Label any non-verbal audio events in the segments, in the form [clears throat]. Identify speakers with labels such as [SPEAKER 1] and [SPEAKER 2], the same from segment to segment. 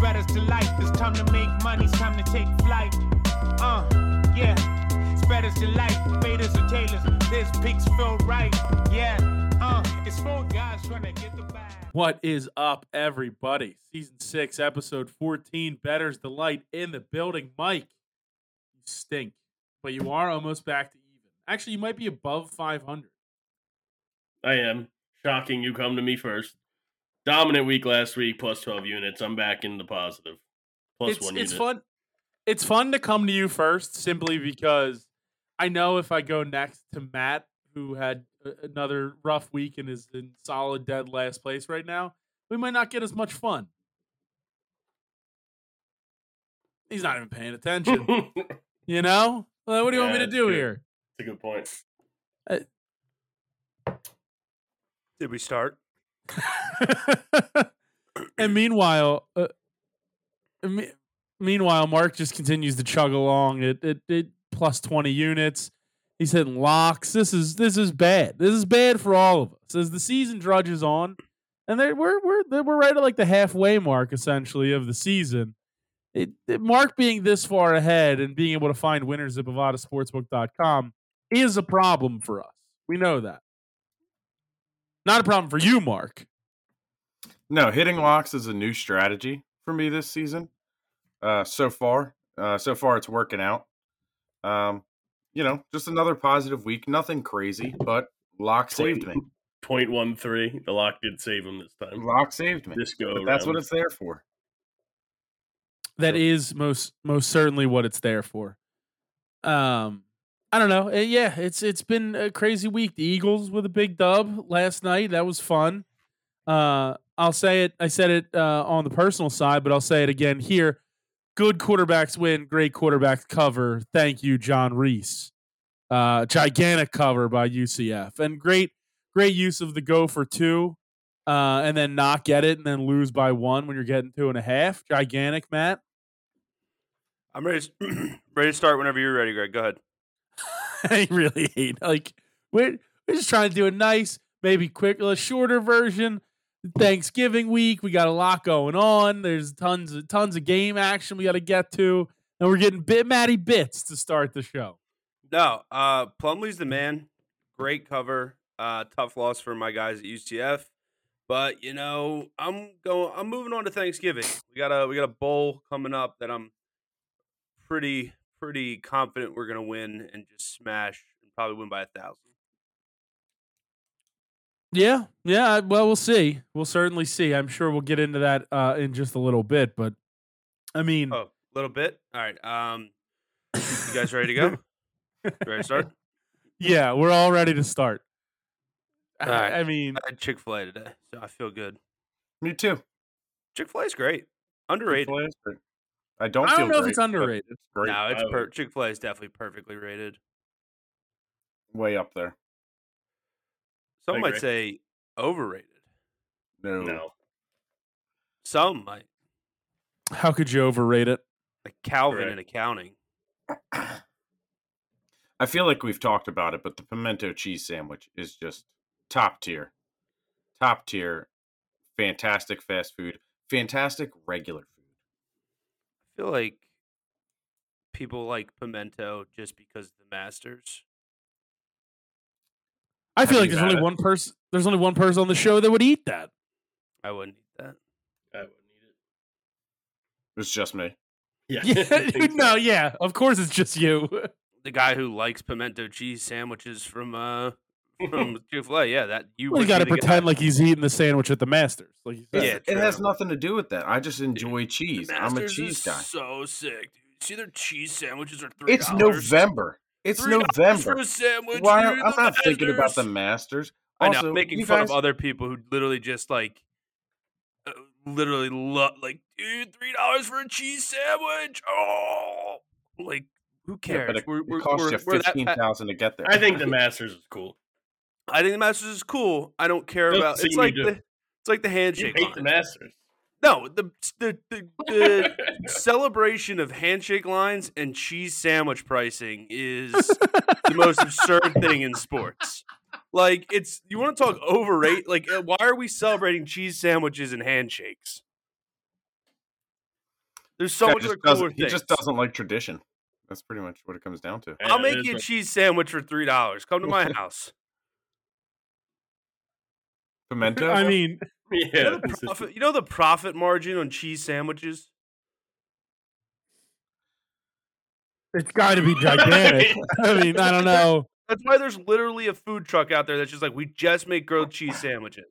[SPEAKER 1] purpose to life. It's time to make money, it's time to take flight. Uh, yeah. Spreaders delight, faders or tailors. This pigs feel right. Yeah. Uh, it's four guys trying to get the bag.
[SPEAKER 2] What is up, everybody? Season 6, episode 14, Better's Delight in the building. Mike, you stink, but you are almost back to even. Actually, you might be above 500.
[SPEAKER 3] I am. Shocking you come to me first. Dominant week last week, plus 12 units. I'm back in the positive. Plus
[SPEAKER 2] it's,
[SPEAKER 3] one
[SPEAKER 2] it's
[SPEAKER 3] unit.
[SPEAKER 2] fun. It's fun to come to you first simply because I know if I go next to Matt, who had a- another rough week and is in solid dead last place right now, we might not get as much fun. He's not even paying
[SPEAKER 3] [laughs]
[SPEAKER 2] attention.
[SPEAKER 3] it's
[SPEAKER 2] You know? Well, what do you want me to
[SPEAKER 3] Yeah, that's
[SPEAKER 2] do
[SPEAKER 3] good.
[SPEAKER 2] here?
[SPEAKER 3] a good point.
[SPEAKER 4] Did we start?
[SPEAKER 2] [laughs] and meanwhile, uh, me- meanwhile, Mark just continues to chug along at, at, at plus twenty units. He's hitting locks. This is this is bad. This is bad for all of us. As the season drudges on, and they we're we're they- we're right at like the halfway mark essentially of the season. It, it- Mark being this far ahead and being able to find winners at bovadasportsbook.com is a problem for us. We know that. Not a problem for you, Mark.
[SPEAKER 5] No, hitting locks is a new strategy for me this season. Uh, so far, uh, so far it's working out. Um, you know, just another positive week. Nothing crazy, but lock saved me.
[SPEAKER 3] 0.13. The lock did save him this time.
[SPEAKER 5] Lock saved me.
[SPEAKER 3] This go
[SPEAKER 5] But that's what
[SPEAKER 3] around.
[SPEAKER 5] it's there for.
[SPEAKER 2] That is most most certainly what it's there for. Um, I don't know. Uh, yeah, it's it's been a crazy week. The Eagles with a big dub last night. That was fun. Uh, I'll say it. I said it uh, on the personal side, but I'll say it again here. Good quarterbacks win. Great quarterbacks cover. Thank you, John Reese. Uh, gigantic cover by UCF and great great use of the go for two uh, and then not get it and then lose by one when you're getting two and a half. Gigantic, Matt.
[SPEAKER 4] I'm ready. To, [clears throat] ready to start whenever you're ready, Greg. Go ahead.
[SPEAKER 2] [laughs] I really hate like we're we're just trying to do a nice, maybe quick, a shorter version. Thanksgiving week, we got a lot going on. There's tons of tons of game action we got to get to, and we're getting bit Matty bits to start the show.
[SPEAKER 4] No, uh, Plumlee's the man. Great cover. Uh, tough loss for my guys at UCF, but you know I'm going. I'm moving on to Thanksgiving. We got a we got a bowl coming up that I'm pretty pretty confident we're gonna win and just smash and probably win by a thousand.
[SPEAKER 2] Yeah, yeah. I- Well, we'll see. We'll certainly see. I'm sure we'll get into that uh, in just a little bit, but I mean,
[SPEAKER 4] Oh, a little bit. All right. Um, you
[SPEAKER 2] [laughs]
[SPEAKER 4] guys ready to go? [laughs] You ready to start?
[SPEAKER 2] yeah, we're all ready to start. I-
[SPEAKER 4] All right.
[SPEAKER 2] I mean,
[SPEAKER 4] I had Chick Fil A today, so I feel good.
[SPEAKER 5] Me too.
[SPEAKER 4] Chick Fil A is great. Underrated.
[SPEAKER 5] Chick-fil-A is great. I don't.
[SPEAKER 2] I don't
[SPEAKER 5] feel
[SPEAKER 2] know if
[SPEAKER 5] great,
[SPEAKER 2] it's
[SPEAKER 5] but
[SPEAKER 2] underrated.
[SPEAKER 5] It's great.
[SPEAKER 4] No, it's
[SPEAKER 3] I would-
[SPEAKER 4] per- Chick Fil A is definitely perfectly rated.
[SPEAKER 5] Way up there.
[SPEAKER 4] Some
[SPEAKER 3] I
[SPEAKER 4] might
[SPEAKER 3] agree.
[SPEAKER 4] say overrated.
[SPEAKER 5] No.
[SPEAKER 3] No.
[SPEAKER 4] Some might
[SPEAKER 2] how could you overrate it?
[SPEAKER 4] like Calvin
[SPEAKER 3] Correct.
[SPEAKER 4] in accounting.
[SPEAKER 5] I feel like we've talked about it, but the pimento cheese sandwich is just top tier. Top tier. Fantastic fast food. Fantastic regular food.
[SPEAKER 4] I feel like people like pimento just because of the masters.
[SPEAKER 2] I
[SPEAKER 5] Have
[SPEAKER 2] feel like
[SPEAKER 5] you
[SPEAKER 2] there's
[SPEAKER 5] had
[SPEAKER 2] only
[SPEAKER 5] it?
[SPEAKER 2] one person. There's only one person on the show that would eat that.
[SPEAKER 4] I wouldn't eat that.
[SPEAKER 3] I wouldn't
[SPEAKER 5] It's just me.
[SPEAKER 3] need it.
[SPEAKER 2] [laughs]
[SPEAKER 3] Yeah. [laughs] I
[SPEAKER 2] Yeah,
[SPEAKER 3] think so.
[SPEAKER 2] no, yeah. Of course, it's just [laughs] you.
[SPEAKER 4] The guy who likes pimento cheese sandwiches from uh
[SPEAKER 5] [laughs]
[SPEAKER 4] from Chick Fil A, yeah, that you
[SPEAKER 2] Well,
[SPEAKER 4] would
[SPEAKER 2] you
[SPEAKER 4] be
[SPEAKER 2] got to
[SPEAKER 4] the guy.
[SPEAKER 2] pretend like he's eating the sandwich at the Masters. Like you said.
[SPEAKER 4] [laughs] Yeah,
[SPEAKER 5] it has
[SPEAKER 4] true.
[SPEAKER 5] nothing to do with that. I just enjoy
[SPEAKER 4] The
[SPEAKER 5] cheese. I'm a
[SPEAKER 4] Masters
[SPEAKER 5] cheese
[SPEAKER 4] is
[SPEAKER 5] guy.
[SPEAKER 4] So sick. Dude. See their cheese sandwiches are three.
[SPEAKER 5] It's November. It's
[SPEAKER 4] For
[SPEAKER 5] November.
[SPEAKER 4] a sandwich,
[SPEAKER 5] Why?
[SPEAKER 4] dude,
[SPEAKER 5] I'm
[SPEAKER 4] the
[SPEAKER 5] not thinking about the
[SPEAKER 4] Masters.
[SPEAKER 5] Masters.
[SPEAKER 4] I know,
[SPEAKER 5] Also,
[SPEAKER 4] making
[SPEAKER 5] you
[SPEAKER 4] fun
[SPEAKER 5] guys-
[SPEAKER 4] of other people who literally just like, uh, literally love, like, dude, three dollars for a cheese sandwich. Oh, like, who
[SPEAKER 5] Yeah,
[SPEAKER 4] cares?
[SPEAKER 5] but it,
[SPEAKER 4] we're,
[SPEAKER 5] it
[SPEAKER 4] we're,
[SPEAKER 5] costs
[SPEAKER 4] we're,
[SPEAKER 5] you
[SPEAKER 4] we're that
[SPEAKER 5] fifteen
[SPEAKER 4] pa-
[SPEAKER 5] thousand to get there.
[SPEAKER 3] I think the Masters is cool.
[SPEAKER 4] I think the Masters is cool. I don't care
[SPEAKER 3] Doesn't
[SPEAKER 4] about.
[SPEAKER 3] seem
[SPEAKER 4] It's
[SPEAKER 3] you
[SPEAKER 4] like
[SPEAKER 3] do.
[SPEAKER 4] the, it's like the
[SPEAKER 3] You
[SPEAKER 4] handshake.
[SPEAKER 3] hate the
[SPEAKER 4] line.
[SPEAKER 3] Masters.
[SPEAKER 4] no, the the the, the celebration of handshake lines and cheese sandwich pricing is the most absurd thing in sports. Like it's you want to talk overrate? Like uh, why are we celebrating cheese sandwiches and handshakes? There's so
[SPEAKER 5] Guy
[SPEAKER 4] much
[SPEAKER 5] just
[SPEAKER 4] other cooler
[SPEAKER 5] doesn't- he
[SPEAKER 4] things.
[SPEAKER 5] just doesn't like tradition. That's pretty much what it comes down
[SPEAKER 4] [laughs]
[SPEAKER 5] to.
[SPEAKER 3] Yeah,
[SPEAKER 4] I'll
[SPEAKER 3] it
[SPEAKER 4] make
[SPEAKER 3] is
[SPEAKER 4] you a
[SPEAKER 3] what-
[SPEAKER 4] cheese sandwich for three dollars. Come to my house.
[SPEAKER 5] Pimento.
[SPEAKER 2] [laughs] I mean,
[SPEAKER 4] You know,
[SPEAKER 3] [laughs] Yeah,
[SPEAKER 4] the
[SPEAKER 3] this is-
[SPEAKER 4] profit, you know the profit margin on cheese sandwiches?
[SPEAKER 2] it's got to be gigantic. [laughs] I mean, I don't know.
[SPEAKER 4] That's why there's literally a food truck out there that's just like, we just make grilled cheese sandwiches.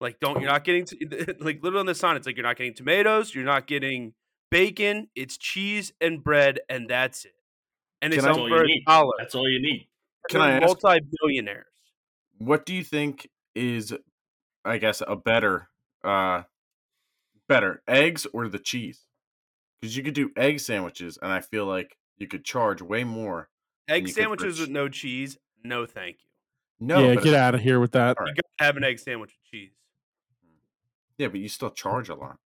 [SPEAKER 4] Like, don't you're not getting to, [laughs] like literally on the sign, it's like you're not getting tomatoes, you're not getting bacon, it's cheese and bread, and that's it. And it's
[SPEAKER 5] Can I-
[SPEAKER 4] all
[SPEAKER 3] That's all you
[SPEAKER 4] for a
[SPEAKER 3] need.
[SPEAKER 4] dollar.
[SPEAKER 3] that's all you need.
[SPEAKER 5] Can I ask-
[SPEAKER 4] multi billionaires?
[SPEAKER 5] what do you think is i guess a better uh better eggs or the cheese because you could do egg sandwiches and i feel like you could charge way more
[SPEAKER 4] Egg
[SPEAKER 5] you could
[SPEAKER 4] sandwiches with
[SPEAKER 5] rich-
[SPEAKER 4] no cheese, no thank you.
[SPEAKER 5] no
[SPEAKER 2] yeah,
[SPEAKER 5] but,
[SPEAKER 2] get out of here with that.
[SPEAKER 5] All
[SPEAKER 4] You
[SPEAKER 5] right.
[SPEAKER 4] gotta have an egg sandwich with cheese.
[SPEAKER 5] yeah but you still charge a lot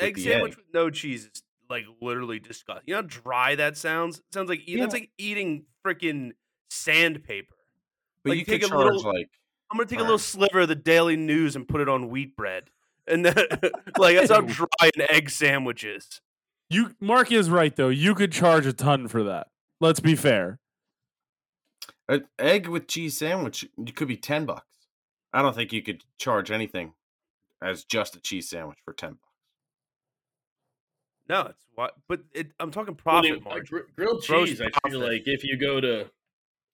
[SPEAKER 5] With
[SPEAKER 4] Egg
[SPEAKER 5] the
[SPEAKER 4] sandwich
[SPEAKER 5] egg.
[SPEAKER 4] with no cheese is like literally disgusting. You know how dry that sounds? It sounds like eat- that's like eating freaking sandpaper.
[SPEAKER 5] but
[SPEAKER 4] Like,
[SPEAKER 5] you
[SPEAKER 4] take
[SPEAKER 5] could
[SPEAKER 4] a
[SPEAKER 5] charge
[SPEAKER 4] little-
[SPEAKER 5] like
[SPEAKER 4] I'm gonna take a
[SPEAKER 5] Right.
[SPEAKER 4] little sliver of the Daily News and put it on wheat bread, [laughs] and then, like that's how dry an egg sandwich is.
[SPEAKER 2] You Mark is right though. You could charge a ton for that. Let's be fair.
[SPEAKER 5] an egg with cheese sandwich it could be 10 bucks i don't think you could charge anything as just a cheese sandwich for 10 bucks
[SPEAKER 4] No, it's what, but it, I'm talking
[SPEAKER 3] Well, the-
[SPEAKER 4] profit
[SPEAKER 3] uh,
[SPEAKER 4] margin.
[SPEAKER 3] gr- grilled
[SPEAKER 4] Gross
[SPEAKER 3] cheese. I
[SPEAKER 4] profit.
[SPEAKER 3] feel like if you go to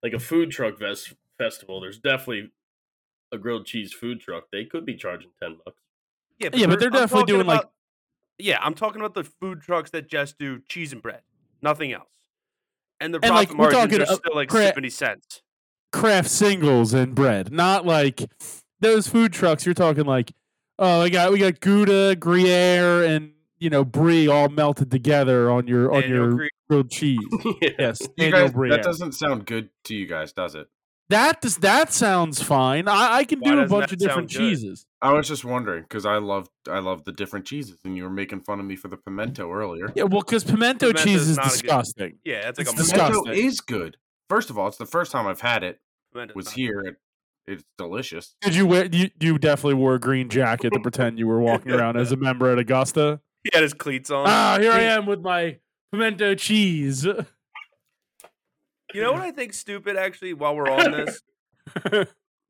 [SPEAKER 3] like a food truck vest- festival, there's definitely a grilled cheese food truck. They could be charging ten bucks.
[SPEAKER 2] Yeah, but
[SPEAKER 4] we're-
[SPEAKER 2] they're definitely
[SPEAKER 4] talking
[SPEAKER 2] doing, like-
[SPEAKER 4] about- yeah, I'm talking about the food trucks that just do cheese and bread, nothing else, and the
[SPEAKER 2] And, like,
[SPEAKER 4] profit
[SPEAKER 2] we're
[SPEAKER 4] margins
[SPEAKER 2] talking
[SPEAKER 4] are
[SPEAKER 2] a-
[SPEAKER 4] still like
[SPEAKER 2] cra-
[SPEAKER 4] seventy cents.
[SPEAKER 2] Craft singles and bread, not like those food trucks. You're talking like, oh, we got we got Gouda, Gruyere, and you know Brie all melted together on your on
[SPEAKER 4] Daniel
[SPEAKER 2] your
[SPEAKER 4] Craig-
[SPEAKER 2] grilled cheese.
[SPEAKER 3] yeah.
[SPEAKER 2] Yes,
[SPEAKER 5] you
[SPEAKER 2] Daniel
[SPEAKER 5] guys,
[SPEAKER 2] Bryan.
[SPEAKER 5] that doesn't sound good to you guys does it
[SPEAKER 2] That does that sounds fine. I, I can
[SPEAKER 4] Why
[SPEAKER 2] do a
[SPEAKER 4] doesn't
[SPEAKER 2] bunch
[SPEAKER 4] that
[SPEAKER 2] of different
[SPEAKER 4] sound good?
[SPEAKER 2] cheeses.
[SPEAKER 5] I was just wondering because I love I love the different cheeses, and you were making fun of me for the pimento earlier.
[SPEAKER 2] Yeah, well, because pimento
[SPEAKER 4] Pimento's
[SPEAKER 2] cheese is
[SPEAKER 4] not a good-
[SPEAKER 2] disgusting.
[SPEAKER 4] yeah, that's like
[SPEAKER 2] It's
[SPEAKER 4] a
[SPEAKER 2] disgusting.
[SPEAKER 5] Pimento is good. First of all, it's the first time I've had it.
[SPEAKER 4] tremendous
[SPEAKER 5] Was
[SPEAKER 4] amount.
[SPEAKER 5] here. It, it's delicious.
[SPEAKER 2] Did you wear you, you definitely wore a green jacket to pretend you were walking around as a member at Augusta?
[SPEAKER 4] He had his cleats on.
[SPEAKER 2] Ah, here I am with my pimento
[SPEAKER 4] [laughs]
[SPEAKER 2] cheese.
[SPEAKER 4] You know what I think? Stupid. Actually, while we're on
[SPEAKER 2] [laughs]
[SPEAKER 4] this,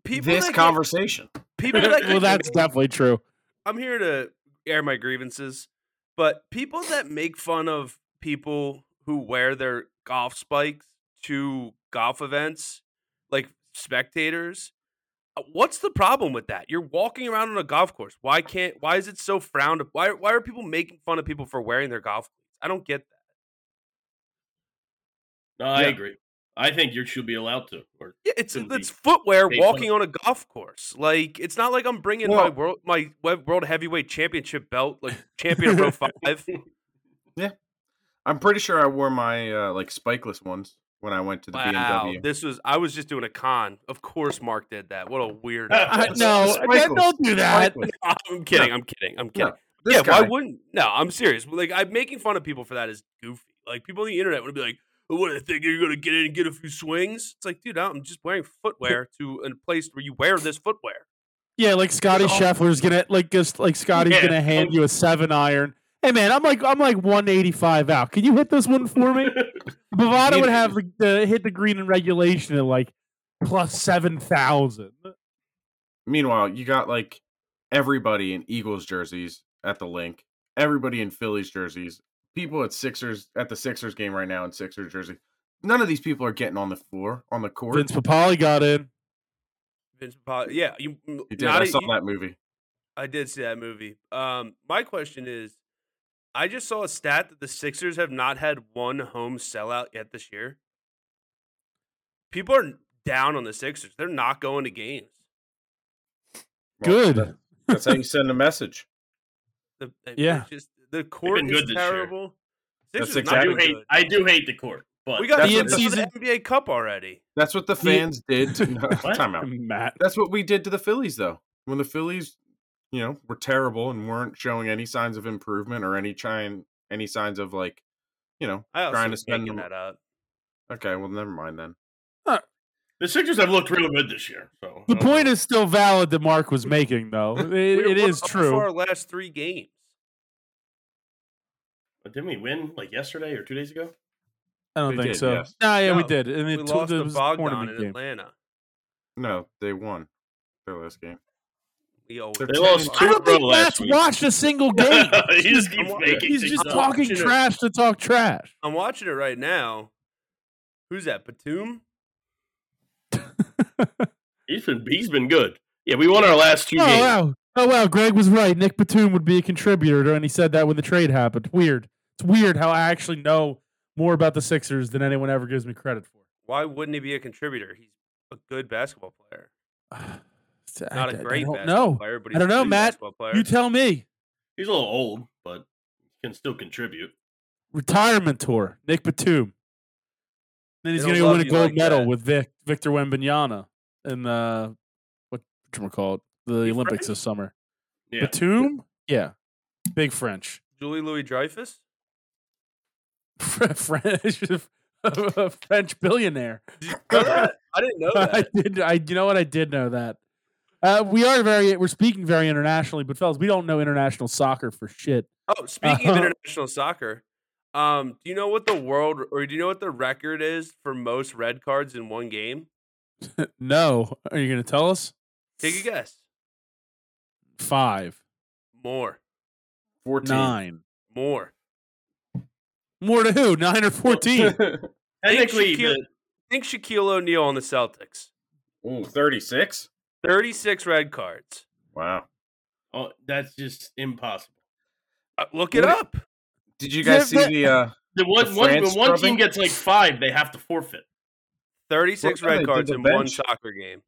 [SPEAKER 4] people
[SPEAKER 5] this
[SPEAKER 4] that get-
[SPEAKER 5] conversation.
[SPEAKER 4] people that
[SPEAKER 2] well,
[SPEAKER 4] get
[SPEAKER 2] that's definitely
[SPEAKER 4] [laughs]
[SPEAKER 2] true.
[SPEAKER 4] I'm here to air my grievances, but people that make fun of people who wear their golf spikes to golf events, like spectators, uh, what's the problem with that? You're walking around on a golf course. Why can't? Why is it so frowned? up- Why? Why are people making fun of people for wearing their golf? cleats? I don't get that.
[SPEAKER 3] No, I
[SPEAKER 5] Yeah.
[SPEAKER 3] agree. I think you should be allowed to.
[SPEAKER 4] [laughs]
[SPEAKER 3] Or
[SPEAKER 4] Yeah, it's
[SPEAKER 3] Shouldn't
[SPEAKER 4] it's
[SPEAKER 3] be
[SPEAKER 4] footwear
[SPEAKER 3] made fun of.
[SPEAKER 4] walking on a golf course. Like it's not like I'm bringing my
[SPEAKER 5] Well-
[SPEAKER 4] world my we- world heavyweight championship belt, like champion of row five.
[SPEAKER 5] I'm pretty sure I wore my uh, like spikeless ones when I went to the
[SPEAKER 4] Wow,
[SPEAKER 5] BMW.
[SPEAKER 4] this was I was just doing a con. Of course, Mark did that. What a
[SPEAKER 5] [laughs]
[SPEAKER 4] weird. [laughs]
[SPEAKER 2] I,
[SPEAKER 5] It's-
[SPEAKER 2] no,
[SPEAKER 5] it's
[SPEAKER 2] that-
[SPEAKER 5] Michael's.
[SPEAKER 2] don't do that.
[SPEAKER 5] Spikeless.
[SPEAKER 4] I'm kidding. I'm kidding. I'm kidding.
[SPEAKER 5] This
[SPEAKER 4] yeah,
[SPEAKER 5] guy-
[SPEAKER 4] why wouldn't? No, I'm serious. Like I'm making fun of people for that is goofy. Like people on the internet would be like, oh, "What do you think you're gonna get in and get a few swings?" It's like, dude, no, I'm just wearing footwear to a place where you wear this footwear.
[SPEAKER 2] Yeah, like Scotty
[SPEAKER 4] all-
[SPEAKER 2] Scheffler's gonna like just like Scotty's
[SPEAKER 4] Yeah.
[SPEAKER 2] gonna hand you a seven iron. Hey man, I'm like I'm like 185 out. Can you hit this one for me? Bovada would have the, the hit the green in regulation at like plus seven thousand.
[SPEAKER 5] Meanwhile, you got like everybody in Eagles jerseys at the link. Everybody in Phillies jerseys. People at Sixers at the Sixers game right now in Sixers jersey. None of these people are getting on the floor on the court.
[SPEAKER 2] Vince Papali got in.
[SPEAKER 4] Vince Papale- yeah, you.
[SPEAKER 5] You did.
[SPEAKER 4] not
[SPEAKER 5] I
[SPEAKER 4] a-
[SPEAKER 5] saw
[SPEAKER 4] you-
[SPEAKER 5] that movie.
[SPEAKER 4] I did see that movie. Um, my question is, I just saw a stat that the Sixers have not had one home sellout yet this year. People are down on the Sixers. They're not going to games.
[SPEAKER 5] Well,
[SPEAKER 2] Good.
[SPEAKER 5] that- That's how you send a message.
[SPEAKER 4] The, it-
[SPEAKER 2] Yeah.
[SPEAKER 4] it's just the court
[SPEAKER 3] been
[SPEAKER 4] is
[SPEAKER 3] good this year.
[SPEAKER 4] terrible.
[SPEAKER 5] That's
[SPEAKER 4] Sixers
[SPEAKER 3] I
[SPEAKER 5] exactly-
[SPEAKER 4] not
[SPEAKER 3] do
[SPEAKER 4] doing
[SPEAKER 3] hate.
[SPEAKER 4] good.
[SPEAKER 3] I do hate the court, but
[SPEAKER 4] We got
[SPEAKER 5] That's
[SPEAKER 4] the
[SPEAKER 5] what
[SPEAKER 4] in-season
[SPEAKER 2] this-
[SPEAKER 4] NBA Cup already.
[SPEAKER 5] That's what the
[SPEAKER 2] Yeah.
[SPEAKER 5] fans
[SPEAKER 2] [laughs]
[SPEAKER 5] did. To, [laughs] no, time out.
[SPEAKER 2] Matt.
[SPEAKER 5] That's what we did to the Phillies, though. When the Phillies, you know, were terrible and weren't showing any signs of improvement or any trying any signs of like, you know,
[SPEAKER 4] I also
[SPEAKER 5] trying to
[SPEAKER 4] was
[SPEAKER 5] spend
[SPEAKER 4] making
[SPEAKER 5] them-
[SPEAKER 4] that up.
[SPEAKER 5] okay. Well, never mind then.
[SPEAKER 3] the Sixers have looked real good this year. So
[SPEAKER 2] The point is still valid that Mark was making, though. It,
[SPEAKER 4] We were
[SPEAKER 2] it
[SPEAKER 4] one
[SPEAKER 2] is
[SPEAKER 4] up
[SPEAKER 2] true.
[SPEAKER 4] For our last three games,
[SPEAKER 3] But didn't we win like yesterday or two
[SPEAKER 2] [laughs]
[SPEAKER 3] days ago?
[SPEAKER 2] I don't
[SPEAKER 5] We
[SPEAKER 2] think
[SPEAKER 5] did,
[SPEAKER 2] so.
[SPEAKER 5] yes.
[SPEAKER 2] Nah, yeah, we
[SPEAKER 4] No,
[SPEAKER 2] did, and
[SPEAKER 4] We
[SPEAKER 2] it took
[SPEAKER 4] lost
[SPEAKER 2] it
[SPEAKER 4] to
[SPEAKER 2] was a
[SPEAKER 4] Bogdan
[SPEAKER 2] tournament
[SPEAKER 4] in
[SPEAKER 2] game.
[SPEAKER 4] Atlanta.
[SPEAKER 5] No, they won their last game.
[SPEAKER 4] We always
[SPEAKER 5] They're
[SPEAKER 3] They lost
[SPEAKER 2] I
[SPEAKER 4] [laughs]
[SPEAKER 5] Two
[SPEAKER 2] don't
[SPEAKER 3] in a row
[SPEAKER 2] think Matt's
[SPEAKER 3] last week.
[SPEAKER 2] watched a single game.
[SPEAKER 3] [laughs] he
[SPEAKER 2] he's
[SPEAKER 3] just keeps
[SPEAKER 4] I'm-
[SPEAKER 3] making
[SPEAKER 2] he's
[SPEAKER 3] things
[SPEAKER 2] just
[SPEAKER 3] up.
[SPEAKER 2] talking
[SPEAKER 4] Should've-
[SPEAKER 2] trash to talk trash.
[SPEAKER 4] I'm watching it right now. Who's that? Batum?
[SPEAKER 3] He's been he's been good. Yeah, we won our last two
[SPEAKER 2] Oh
[SPEAKER 3] games.
[SPEAKER 2] wow! Oh wow! Greg was right. Nick Batum would be a contributor, and he said that when the trade happened. Weird. It's weird how I actually know more about the Sixers than anyone ever gives me credit [sighs] for.
[SPEAKER 4] Why wouldn't he be a contributor? He's a good basketball player. Not
[SPEAKER 2] a
[SPEAKER 4] a great
[SPEAKER 2] I don't
[SPEAKER 4] basketball
[SPEAKER 2] know.
[SPEAKER 4] player,
[SPEAKER 2] I
[SPEAKER 4] but he's
[SPEAKER 2] don't know,
[SPEAKER 4] a good
[SPEAKER 2] Matt.
[SPEAKER 4] basketball player.
[SPEAKER 2] You tell me.
[SPEAKER 3] He's a little old, but he can still contribute.
[SPEAKER 2] Retirement tour. Nick Batum. Then he's
[SPEAKER 4] They
[SPEAKER 2] going to
[SPEAKER 4] don't
[SPEAKER 2] go win a
[SPEAKER 4] love you
[SPEAKER 2] gold
[SPEAKER 4] like
[SPEAKER 2] medal
[SPEAKER 4] that.
[SPEAKER 2] with Vic, Victor Wembanyama in uh, what you call it, the
[SPEAKER 4] Big
[SPEAKER 2] Olympics
[SPEAKER 4] French?
[SPEAKER 2] this summer.
[SPEAKER 3] Yeah.
[SPEAKER 2] Batum. Yeah. Big French. [laughs]
[SPEAKER 4] Julie Louis Dreyfus?
[SPEAKER 2] French, [laughs] a French billionaire.
[SPEAKER 4] [laughs] I didn't know
[SPEAKER 2] [laughs] [laughs] I
[SPEAKER 4] that.
[SPEAKER 2] did. I you know what I did know that. Uh, we are very we're speaking very internationally, but fellas, we don't know international soccer for shit.
[SPEAKER 4] Oh, speaking of
[SPEAKER 2] Uh-huh.
[SPEAKER 4] international soccer, um, do you know what the world or do you know what the record is for most red cards in one game?
[SPEAKER 2] No, are you going to tell us
[SPEAKER 4] Take a guess.
[SPEAKER 2] five,
[SPEAKER 4] More,
[SPEAKER 5] 14.
[SPEAKER 2] nine,
[SPEAKER 4] more.
[SPEAKER 2] more to who? Nine or [laughs] fourteen?
[SPEAKER 3] Technically,
[SPEAKER 4] Shaquille-
[SPEAKER 3] the-
[SPEAKER 4] Think Shaquille O'Neal on the Celtics.
[SPEAKER 5] Ooh, 36?
[SPEAKER 4] Thirty-six red cards.
[SPEAKER 5] Wow.
[SPEAKER 3] oh, that's just impossible.
[SPEAKER 4] Uh, look it
[SPEAKER 5] What-
[SPEAKER 4] up.
[SPEAKER 5] Did you
[SPEAKER 2] Yeah,
[SPEAKER 5] guys see
[SPEAKER 2] but-
[SPEAKER 5] the uh
[SPEAKER 3] The one,
[SPEAKER 5] The
[SPEAKER 3] one,
[SPEAKER 5] France
[SPEAKER 3] when one
[SPEAKER 5] scrubbing?
[SPEAKER 3] team gets like five, they have to forfeit.
[SPEAKER 4] Thirty-six
[SPEAKER 5] Well, yeah, they
[SPEAKER 4] red
[SPEAKER 5] did
[SPEAKER 4] cards
[SPEAKER 5] the
[SPEAKER 4] in one
[SPEAKER 5] bench.
[SPEAKER 4] soccer game.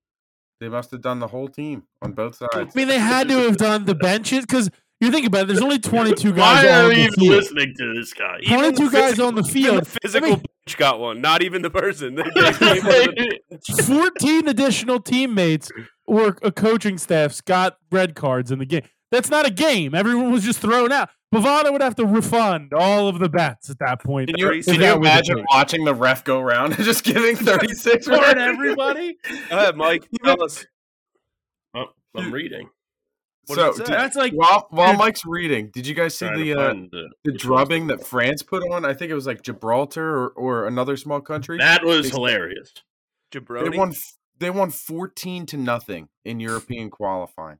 [SPEAKER 5] they must have done the whole team on both
[SPEAKER 2] I
[SPEAKER 5] sides.
[SPEAKER 2] mean, they had to have done the benches because you think about it. There's [laughs] only twenty-two guys
[SPEAKER 3] Why are
[SPEAKER 2] on
[SPEAKER 3] you
[SPEAKER 2] the
[SPEAKER 3] even
[SPEAKER 2] field.
[SPEAKER 3] listening to this
[SPEAKER 5] [laughs]
[SPEAKER 3] guy?
[SPEAKER 4] Even the
[SPEAKER 2] Twenty-two guys
[SPEAKER 4] physical-
[SPEAKER 2] [laughs] on the
[SPEAKER 4] Even
[SPEAKER 2] field.
[SPEAKER 4] the physical
[SPEAKER 2] mean-
[SPEAKER 4] bench got one. Not even the person. They
[SPEAKER 3] [laughs]
[SPEAKER 5] [laughs]
[SPEAKER 4] gave him one of the-
[SPEAKER 2] Fourteen additional teammates or uh, coaching staffs got red cards in the game. That's not a game. Everyone was just thrown out. Bavada would have to refund all of the bets at that point.
[SPEAKER 5] Can
[SPEAKER 4] you-
[SPEAKER 5] you,
[SPEAKER 4] Thirty- can you
[SPEAKER 2] imagine
[SPEAKER 5] imagine watching the ref go around [laughs] and just giving 36
[SPEAKER 4] [laughs]
[SPEAKER 2] Burn everybody.
[SPEAKER 4] Go ahead, Mike. Tell us.
[SPEAKER 3] Oh, I'm reading.
[SPEAKER 4] What
[SPEAKER 5] so,
[SPEAKER 4] does
[SPEAKER 5] did-
[SPEAKER 4] it say?
[SPEAKER 2] That's like
[SPEAKER 5] while, while
[SPEAKER 2] Dude.
[SPEAKER 5] Mike's reading, did you guys see
[SPEAKER 3] Trying to
[SPEAKER 5] the uh,
[SPEAKER 3] find the-
[SPEAKER 5] the
[SPEAKER 3] which
[SPEAKER 5] drubbing
[SPEAKER 3] one's
[SPEAKER 5] that France put on? I think it was like Gibraltar or, or another small country.
[SPEAKER 3] the- that was hilarious.
[SPEAKER 5] They
[SPEAKER 4] Jabroni.
[SPEAKER 5] won f- they won 14 to nothing in European qualifying.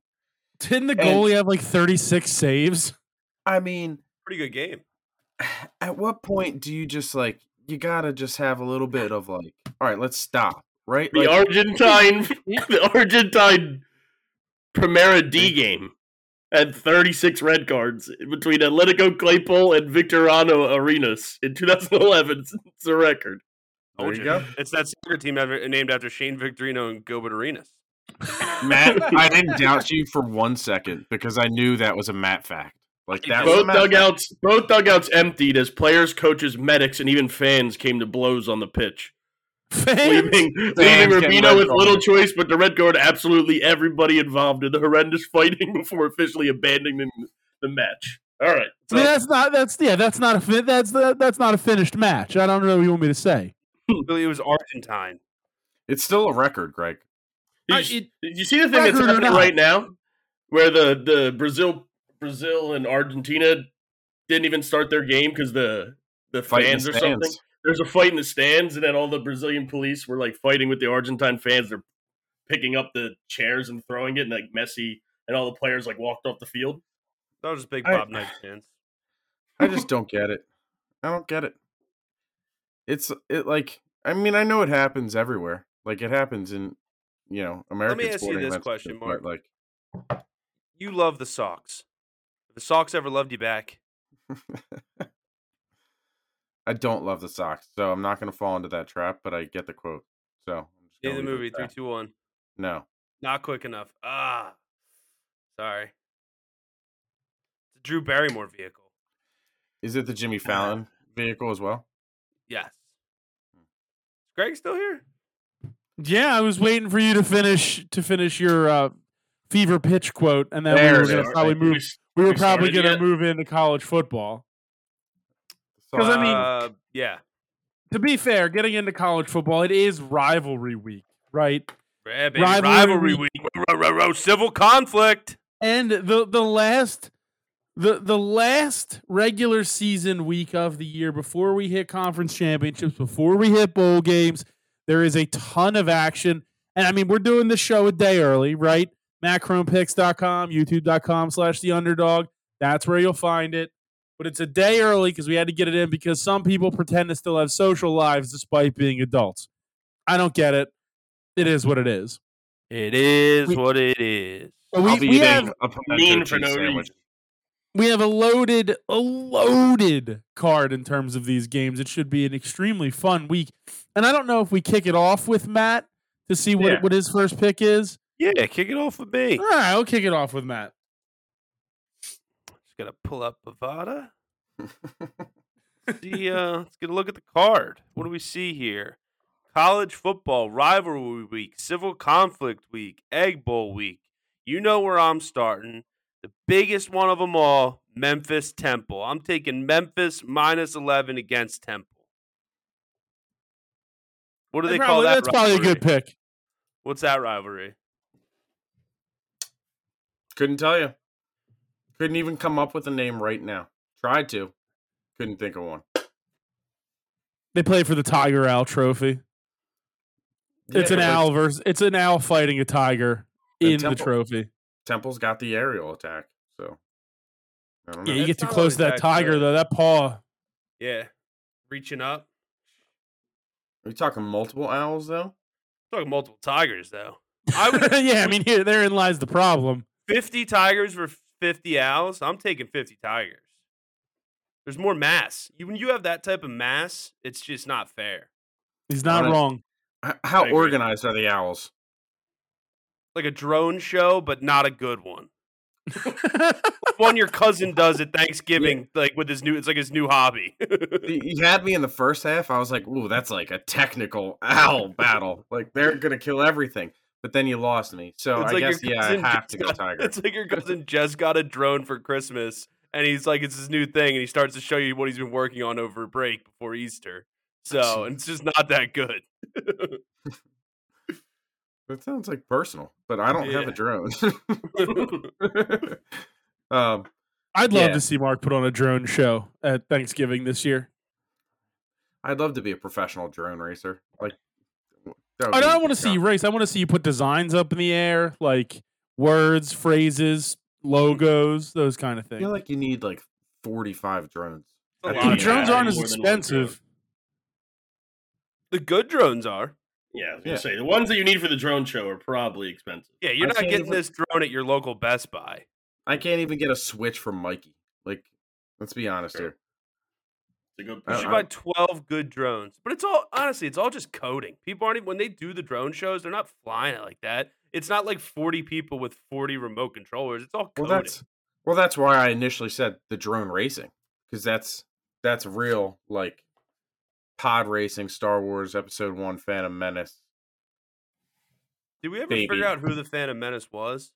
[SPEAKER 2] didn't the
[SPEAKER 5] and-
[SPEAKER 2] goalie have like 36 saves? [laughs]
[SPEAKER 5] I mean,
[SPEAKER 4] Pretty good game.
[SPEAKER 5] at what point do you just like you gotta just have a little bit of like, all right, let's stop, right?
[SPEAKER 3] The
[SPEAKER 5] Like, [laughs]
[SPEAKER 3] Argentine, [laughs] the Argentine Primera D game had 36 red cards between Atletico Claypole and Victorano Arenas in 2011. It's a record.
[SPEAKER 5] there
[SPEAKER 4] Told
[SPEAKER 5] you
[SPEAKER 4] you.
[SPEAKER 5] go.
[SPEAKER 4] It's that soccer team ever- named after Shane Victorino and Gilbert Arenas.
[SPEAKER 5] Matt,
[SPEAKER 4] [laughs]
[SPEAKER 5] I didn't doubt you for one second because I knew that was a Matt fact. Like that was a
[SPEAKER 3] Both
[SPEAKER 5] Matt fact.
[SPEAKER 3] dugouts, both dugouts emptied as players, coaches, medics, and even fans came to blows on the pitch,
[SPEAKER 2] Fans?
[SPEAKER 3] leaving leaving
[SPEAKER 5] Fans
[SPEAKER 3] Rubino
[SPEAKER 5] getting red
[SPEAKER 3] with little
[SPEAKER 5] cards.
[SPEAKER 3] choice but to red card absolutely everybody involved in the horrendous fighting [laughs] before officially abandoning the match. All right,
[SPEAKER 2] I mean, that's not that's yeah, that's not a fi- that's that, that's not a finished match. I don't know what you want me to say.
[SPEAKER 5] Hmm.
[SPEAKER 4] Really, it was Argentine.
[SPEAKER 5] It's still a record, Greg.
[SPEAKER 3] Did
[SPEAKER 2] I-
[SPEAKER 3] you,
[SPEAKER 2] it-
[SPEAKER 3] did you see the thing that's
[SPEAKER 2] record or
[SPEAKER 3] happening
[SPEAKER 2] not.
[SPEAKER 3] right now, where the the Brazil Brazil and Argentina didn't even start their game because the the
[SPEAKER 5] Fight in
[SPEAKER 3] fans
[SPEAKER 5] the
[SPEAKER 3] or something.
[SPEAKER 5] stands.
[SPEAKER 3] There's a fight in the stands, and then all the Brazilian police were like fighting with the Argentine fans. They're picking up the chairs and throwing it, and like Messi and all the players like walked off the field.
[SPEAKER 4] That was just big
[SPEAKER 5] I-
[SPEAKER 4] Bob Knight fans.
[SPEAKER 5] I
[SPEAKER 4] [laughs]
[SPEAKER 5] just don't get it. I don't get it. It's it like I mean I know it happens everywhere. Like it happens in you know American.
[SPEAKER 4] ask you
[SPEAKER 5] sporting
[SPEAKER 4] this
[SPEAKER 5] events,
[SPEAKER 4] question,
[SPEAKER 5] but,
[SPEAKER 4] Mark.
[SPEAKER 5] Like
[SPEAKER 4] You love the socks. If the socks ever loved you back,
[SPEAKER 5] I don't love the Sox, so I'm not going to fall into that trap. But I get the quote. So I'm just
[SPEAKER 4] in
[SPEAKER 5] gonna
[SPEAKER 4] the
[SPEAKER 5] leave it
[SPEAKER 4] movie,
[SPEAKER 5] at
[SPEAKER 4] three,
[SPEAKER 5] that.
[SPEAKER 4] two, one.
[SPEAKER 5] No,
[SPEAKER 4] Not quick enough. Ah, sorry. It's a Drew Barrymore vehicle.
[SPEAKER 5] is it the Jimmy Fallon vehicle as well?
[SPEAKER 4] Yes. Greg still here?
[SPEAKER 2] Yeah, I was waiting for you to finish to finish your uh, fever pitch quote, and then we
[SPEAKER 5] There
[SPEAKER 2] were
[SPEAKER 5] it
[SPEAKER 2] gonna
[SPEAKER 5] is.
[SPEAKER 2] probably move. We were
[SPEAKER 3] we
[SPEAKER 2] probably
[SPEAKER 3] started
[SPEAKER 2] gonna
[SPEAKER 3] yet?
[SPEAKER 2] move into college football.
[SPEAKER 5] The
[SPEAKER 2] 'Cause I
[SPEAKER 5] Sox-
[SPEAKER 2] mean-
[SPEAKER 4] uh, yeah.
[SPEAKER 2] To be fair, getting into college football, it is rivalry week, right?
[SPEAKER 4] Yeah, baby,
[SPEAKER 2] Rivalry
[SPEAKER 4] Rivalry, week. Ro- ro- ro- Civil conflict.
[SPEAKER 2] And the the last the the last regular season week of the year before we hit conference championships, before we hit bowl games, there is a ton of action. And I mean, we're doing this show a day early, right? Macronpicks.com, youtube.com slash the underdog. That's where you'll find it. But it's a day early because we had to get it in because some people pretend to still have social lives despite being adults. I don't get it. It is what it is.
[SPEAKER 4] It is
[SPEAKER 2] We-
[SPEAKER 4] what it is.
[SPEAKER 2] But
[SPEAKER 5] I'll
[SPEAKER 2] we,
[SPEAKER 5] be
[SPEAKER 2] we
[SPEAKER 5] eating
[SPEAKER 2] have
[SPEAKER 5] a pimento
[SPEAKER 3] Mean for
[SPEAKER 5] cheese
[SPEAKER 3] no
[SPEAKER 5] sandwich.
[SPEAKER 3] reason.
[SPEAKER 2] we have a loaded a loaded card in terms of these games. It should be an extremely fun week. And I don't know if we kick it off with Matt to see what,
[SPEAKER 5] Yeah.
[SPEAKER 2] what his first pick is.
[SPEAKER 4] Yeah, kick it off with me.
[SPEAKER 2] All right, I'll kick it off with Matt.
[SPEAKER 4] Just gotta pull up
[SPEAKER 2] [laughs]
[SPEAKER 4] Bavada. see, uh, let's get a look at the card. What do we see here? College football rivalry week, civil conflict week, egg bowl week. You know where I'm starting. The biggest one of them all, Memphis Temple. I'm taking Memphis minus 11 against Temple. What do they
[SPEAKER 2] Probably-
[SPEAKER 4] call that?
[SPEAKER 2] that's probably a
[SPEAKER 4] rivalry?
[SPEAKER 2] good pick.
[SPEAKER 4] What's that rivalry?
[SPEAKER 5] Couldn't tell you. Couldn't even come up with a name right now. Tried to. Couldn't think of one.
[SPEAKER 2] They play for the Tiger Owl trophy. it's
[SPEAKER 5] Yeah,
[SPEAKER 2] an
[SPEAKER 5] but
[SPEAKER 2] owl versus it's an owl fighting a tiger
[SPEAKER 5] The
[SPEAKER 2] in the
[SPEAKER 5] Temple.
[SPEAKER 2] trophy.
[SPEAKER 5] Temple's got the aerial attack, so I don't know.
[SPEAKER 2] Yeah, you get
[SPEAKER 4] That's
[SPEAKER 2] too
[SPEAKER 4] not
[SPEAKER 2] close to
[SPEAKER 4] really
[SPEAKER 2] that
[SPEAKER 4] that
[SPEAKER 2] tiger
[SPEAKER 4] good.
[SPEAKER 2] though. That paw. [laughs]
[SPEAKER 4] Yeah. Reaching up.
[SPEAKER 5] Are you talking multiple owls though?
[SPEAKER 4] talking multiple Tigers, though.
[SPEAKER 2] [laughs]
[SPEAKER 4] I would
[SPEAKER 2] yeah, I mean here therein lies the problem.
[SPEAKER 4] 50 Tigers for 50 Owls. I'm taking 50 Tigers. There's more mass. You, when you have that type of mass, it's just not fair.
[SPEAKER 2] He's not
[SPEAKER 5] Alright.
[SPEAKER 2] wrong. [laughs]
[SPEAKER 5] H-
[SPEAKER 4] I
[SPEAKER 5] How
[SPEAKER 4] agree.
[SPEAKER 5] organized are the owls?
[SPEAKER 4] Like a drone show, but not a good one. One your cousin does at Thanksgiving, like with his new, it's like his new hobby. [laughs]
[SPEAKER 5] You you had me in the first half. I was like, "Ooh, that's like a technical owl battle. Like they're gonna kill everything." But then you lost me. So
[SPEAKER 4] It's
[SPEAKER 5] I
[SPEAKER 4] like your
[SPEAKER 5] guess yeah, I
[SPEAKER 4] cousin
[SPEAKER 5] have to go
[SPEAKER 4] just
[SPEAKER 5] tiger.
[SPEAKER 4] it's like your cousin just got a drone for Christmas, and he's like, it's his new thing, and he starts to show you what he's been working on over break before Easter. So and it's just not that good.
[SPEAKER 5] That sounds like personal, but I don't have a
[SPEAKER 4] Yeah.
[SPEAKER 5] drone.
[SPEAKER 2] [laughs]
[SPEAKER 5] [laughs] um,
[SPEAKER 2] I'd love
[SPEAKER 5] Yeah.
[SPEAKER 2] to see Mark put on a drone show at Thanksgiving this year.
[SPEAKER 5] I'd love to be a professional drone racer. Like, that would
[SPEAKER 2] I
[SPEAKER 5] be
[SPEAKER 2] don't want to see you
[SPEAKER 5] incredible.
[SPEAKER 2] race. I want to see you put designs up in the air, like words, phrases, logos, those kind of
[SPEAKER 5] I
[SPEAKER 2] things.
[SPEAKER 5] feel like you need like forty-five drones.
[SPEAKER 4] A
[SPEAKER 5] That's
[SPEAKER 2] Dude,
[SPEAKER 4] lot of
[SPEAKER 5] pretty
[SPEAKER 2] drones
[SPEAKER 5] bad.
[SPEAKER 2] aren't as
[SPEAKER 3] more than one drone.
[SPEAKER 2] expensive.
[SPEAKER 4] The good drones are.
[SPEAKER 3] Yeah, I was gonna
[SPEAKER 5] Yeah.
[SPEAKER 3] say the ones that you need for the drone show are probably expensive.
[SPEAKER 4] Yeah, you're
[SPEAKER 5] I
[SPEAKER 4] not
[SPEAKER 5] can't
[SPEAKER 4] getting
[SPEAKER 5] even-
[SPEAKER 4] this drone at your local Best Buy.
[SPEAKER 5] I can't even get a switch from Mikey. Like, let's be honest
[SPEAKER 3] Sure.
[SPEAKER 5] here.
[SPEAKER 3] It's a good
[SPEAKER 4] You
[SPEAKER 5] I-
[SPEAKER 4] should
[SPEAKER 5] I-
[SPEAKER 4] buy 12 good drones. But it's all honestly, it's all just coding. People aren't even when they do the drone shows, they're not flying it like that. It's not like 40 people with 40 remote controllers. It's all
[SPEAKER 5] Well,
[SPEAKER 4] coding.
[SPEAKER 5] that's well, that's why I initially said the drone racing because that's that's real like pod racing, Star Wars Episode One, Phantom Menace.
[SPEAKER 4] Did we ever
[SPEAKER 5] baby.
[SPEAKER 4] figure out who the Phantom Menace was?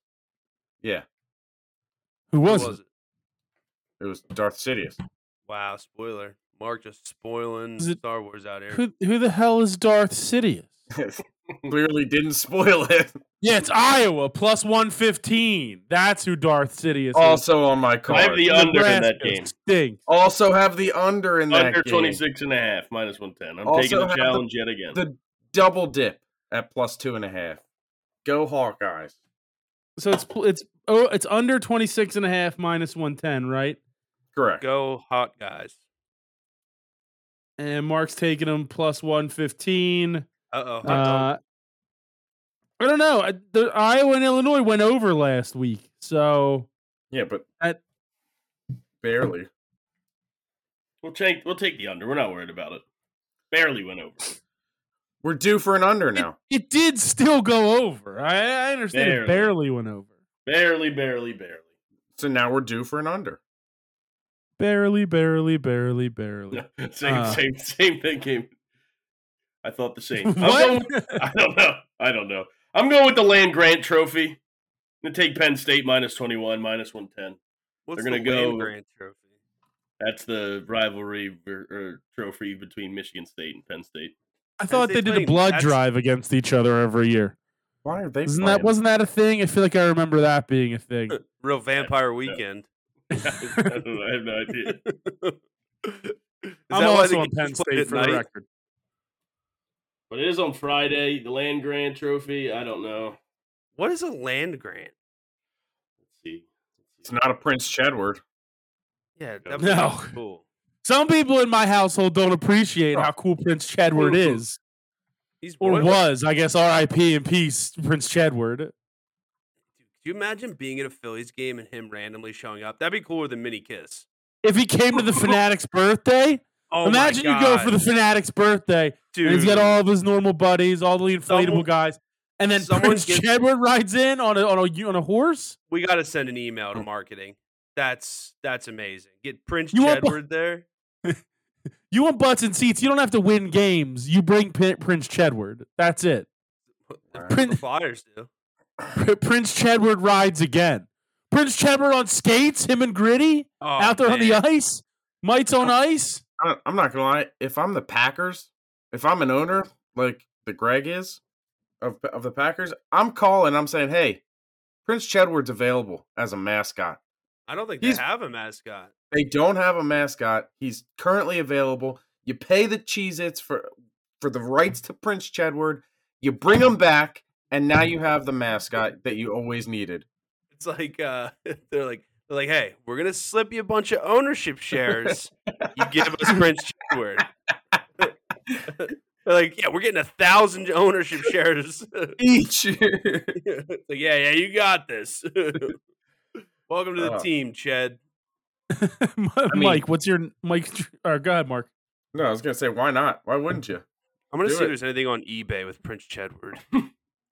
[SPEAKER 5] Yeah,
[SPEAKER 2] Who
[SPEAKER 4] Who
[SPEAKER 2] was it?
[SPEAKER 4] it?
[SPEAKER 5] it was Darth Sidious.
[SPEAKER 4] Wow, spoiler. Mark just spoiling
[SPEAKER 2] Is it-
[SPEAKER 4] Star Wars out here.
[SPEAKER 2] Who, who the hell is Darth Sidious?
[SPEAKER 5] [laughs] Clearly didn't spoil it.
[SPEAKER 2] Yeah, it's Iowa plus 115. That's who Darth Sidious is.
[SPEAKER 5] [laughs] Also on my
[SPEAKER 3] I have
[SPEAKER 5] card.
[SPEAKER 3] the under in that
[SPEAKER 2] Nebraska
[SPEAKER 3] game.
[SPEAKER 2] stinks.
[SPEAKER 5] also have the under in that
[SPEAKER 3] Under
[SPEAKER 5] game.
[SPEAKER 3] 26 and a half, minus 110. I'm
[SPEAKER 5] Also
[SPEAKER 3] taking
[SPEAKER 5] have
[SPEAKER 3] the
[SPEAKER 5] the-
[SPEAKER 3] challenge yet again.
[SPEAKER 5] The double dip at plus two and a half. Go Hawkeyes.
[SPEAKER 2] So it's pl- it's oh it's under 26 and a half minus 110, right?
[SPEAKER 5] Correct.
[SPEAKER 4] Go hot guys.
[SPEAKER 2] And Mark's taking him plus 115.
[SPEAKER 4] Uh-oh.
[SPEAKER 2] Uh, I don't know. I- The, Iowa and Illinois went over last week, so
[SPEAKER 5] Yeah, but
[SPEAKER 2] At-
[SPEAKER 5] barely.
[SPEAKER 3] We'll take we'll take the under. We're not worried about it. Barely went over.
[SPEAKER 5] We're due for an under now.
[SPEAKER 2] it did still go over. I, I understand it
[SPEAKER 3] Barely.
[SPEAKER 2] barely went over.
[SPEAKER 3] Barely, barely, barely. [laughs]
[SPEAKER 5] So now we're due for an under.
[SPEAKER 2] Barely, barely, barely, [laughs] barely.
[SPEAKER 3] same,
[SPEAKER 2] Uh.
[SPEAKER 3] same, same thing came. I thought the same. I'm
[SPEAKER 2] what?
[SPEAKER 3] going- [laughs] I don't know. I don't know. I'm going with the land grant trophy. I'm gonna take Penn State minus 21, minus 110.
[SPEAKER 4] What's
[SPEAKER 3] gonna
[SPEAKER 4] the
[SPEAKER 3] go-
[SPEAKER 4] Land Grant trophy?
[SPEAKER 3] That's the rivalry or, or trophy between Michigan State and Penn State.
[SPEAKER 2] [laughs]
[SPEAKER 3] [laughs]
[SPEAKER 2] I thought they
[SPEAKER 4] Penn
[SPEAKER 2] did
[SPEAKER 4] State
[SPEAKER 2] a
[SPEAKER 4] playing-
[SPEAKER 2] blood
[SPEAKER 4] that's-
[SPEAKER 2] drive against each other every year.
[SPEAKER 5] Why are they
[SPEAKER 2] Isn't
[SPEAKER 5] playing?
[SPEAKER 2] that wasn't that a thing? I feel like I remember that being a thing.
[SPEAKER 4] Real Vampire Weekend.
[SPEAKER 3] I don't know. I have no idea.
[SPEAKER 4] Is
[SPEAKER 2] I'm
[SPEAKER 4] that why the
[SPEAKER 2] also on
[SPEAKER 4] game's
[SPEAKER 2] Penn
[SPEAKER 4] played
[SPEAKER 2] State
[SPEAKER 4] at
[SPEAKER 2] for
[SPEAKER 4] night?
[SPEAKER 2] the record.
[SPEAKER 3] [laughs] But it is on Friday. The Land Grant Trophy. I don't know.
[SPEAKER 4] What is a land grant?
[SPEAKER 3] Let's see.
[SPEAKER 5] It's not a Prince Chedward.
[SPEAKER 4] Yeah,
[SPEAKER 3] No.
[SPEAKER 4] that no. cool.
[SPEAKER 2] Some people in my household don't appreciate
[SPEAKER 5] Oh.
[SPEAKER 2] how cool Prince Chadward
[SPEAKER 4] Ooh.
[SPEAKER 2] is.
[SPEAKER 4] He's
[SPEAKER 2] Or
[SPEAKER 4] boiling.
[SPEAKER 2] was, I guess, R.I.P. in peace, Prince Chadward.
[SPEAKER 4] Dude, could you imagine being at a Phillies game and him randomly showing up? That'd be cooler than mini kiss.
[SPEAKER 2] If he came
[SPEAKER 4] [laughs]
[SPEAKER 2] to the Fanatic's birthday,
[SPEAKER 4] Oh my
[SPEAKER 2] imagine you go for
[SPEAKER 4] God,
[SPEAKER 2] the [laughs] Fanatic's birthday,
[SPEAKER 4] dude.
[SPEAKER 2] and he's got all of his normal buddies, all the inflatable
[SPEAKER 4] Someone-
[SPEAKER 2] guys, and then
[SPEAKER 4] someone
[SPEAKER 2] Prince
[SPEAKER 4] gets-
[SPEAKER 2] Chadward rides in on a on a on a horse.
[SPEAKER 4] we got to send an email
[SPEAKER 2] Oh.
[SPEAKER 4] to marketing. That's that's amazing. Get Prince
[SPEAKER 2] You want-
[SPEAKER 4] Edward there.
[SPEAKER 2] [laughs] You want butts and seats. You don't have to win games. You bring Pin- Prince Chedward. That's it.
[SPEAKER 5] Alright.
[SPEAKER 4] The
[SPEAKER 2] Prince
[SPEAKER 4] Flyers do.
[SPEAKER 2] Pr- Prince Chedward rides again. Prince Chedward on skates. Him and Gritty
[SPEAKER 4] Oh,
[SPEAKER 2] out there on the
[SPEAKER 4] man. Oh.
[SPEAKER 2] ice. Mites on ice. [laughs]
[SPEAKER 5] I, I'm not gonna lie. If I'm the Packers, if I'm an owner like the Greg is of of the Packers, I'm calling. I'm saying, hey, Prince Chedward's available as a mascot.
[SPEAKER 4] I don't think
[SPEAKER 5] He's-
[SPEAKER 4] they have a mascot.
[SPEAKER 5] They don't have a mascot. He's currently available. You pay the Cheez Its for for the rights to Prince Chedward. You bring him back, and now you have the mascot that you always needed.
[SPEAKER 4] It's like uh, [laughs] they're like they're like, hey, we're gonna slip you a bunch of ownership shares. you give
[SPEAKER 2] [laughs]
[SPEAKER 4] us Prince Edward. [laughs] they're like, yeah, we're getting a thousand ownership shares.
[SPEAKER 5] Each.
[SPEAKER 4] [laughs] like, yeah, yeah, you got this. [laughs] Welcome to the
[SPEAKER 5] Oh.
[SPEAKER 4] team, Ched.
[SPEAKER 2] Mike,
[SPEAKER 5] mean-
[SPEAKER 2] what's your Mike? [laughs] Or go ahead, Mark.
[SPEAKER 5] no, I was gonna say, why not? Why wouldn't you?
[SPEAKER 4] I'm gonna
[SPEAKER 5] Do
[SPEAKER 4] see
[SPEAKER 5] it.
[SPEAKER 4] if there's anything on eBay with Prince Chedward.
[SPEAKER 2] All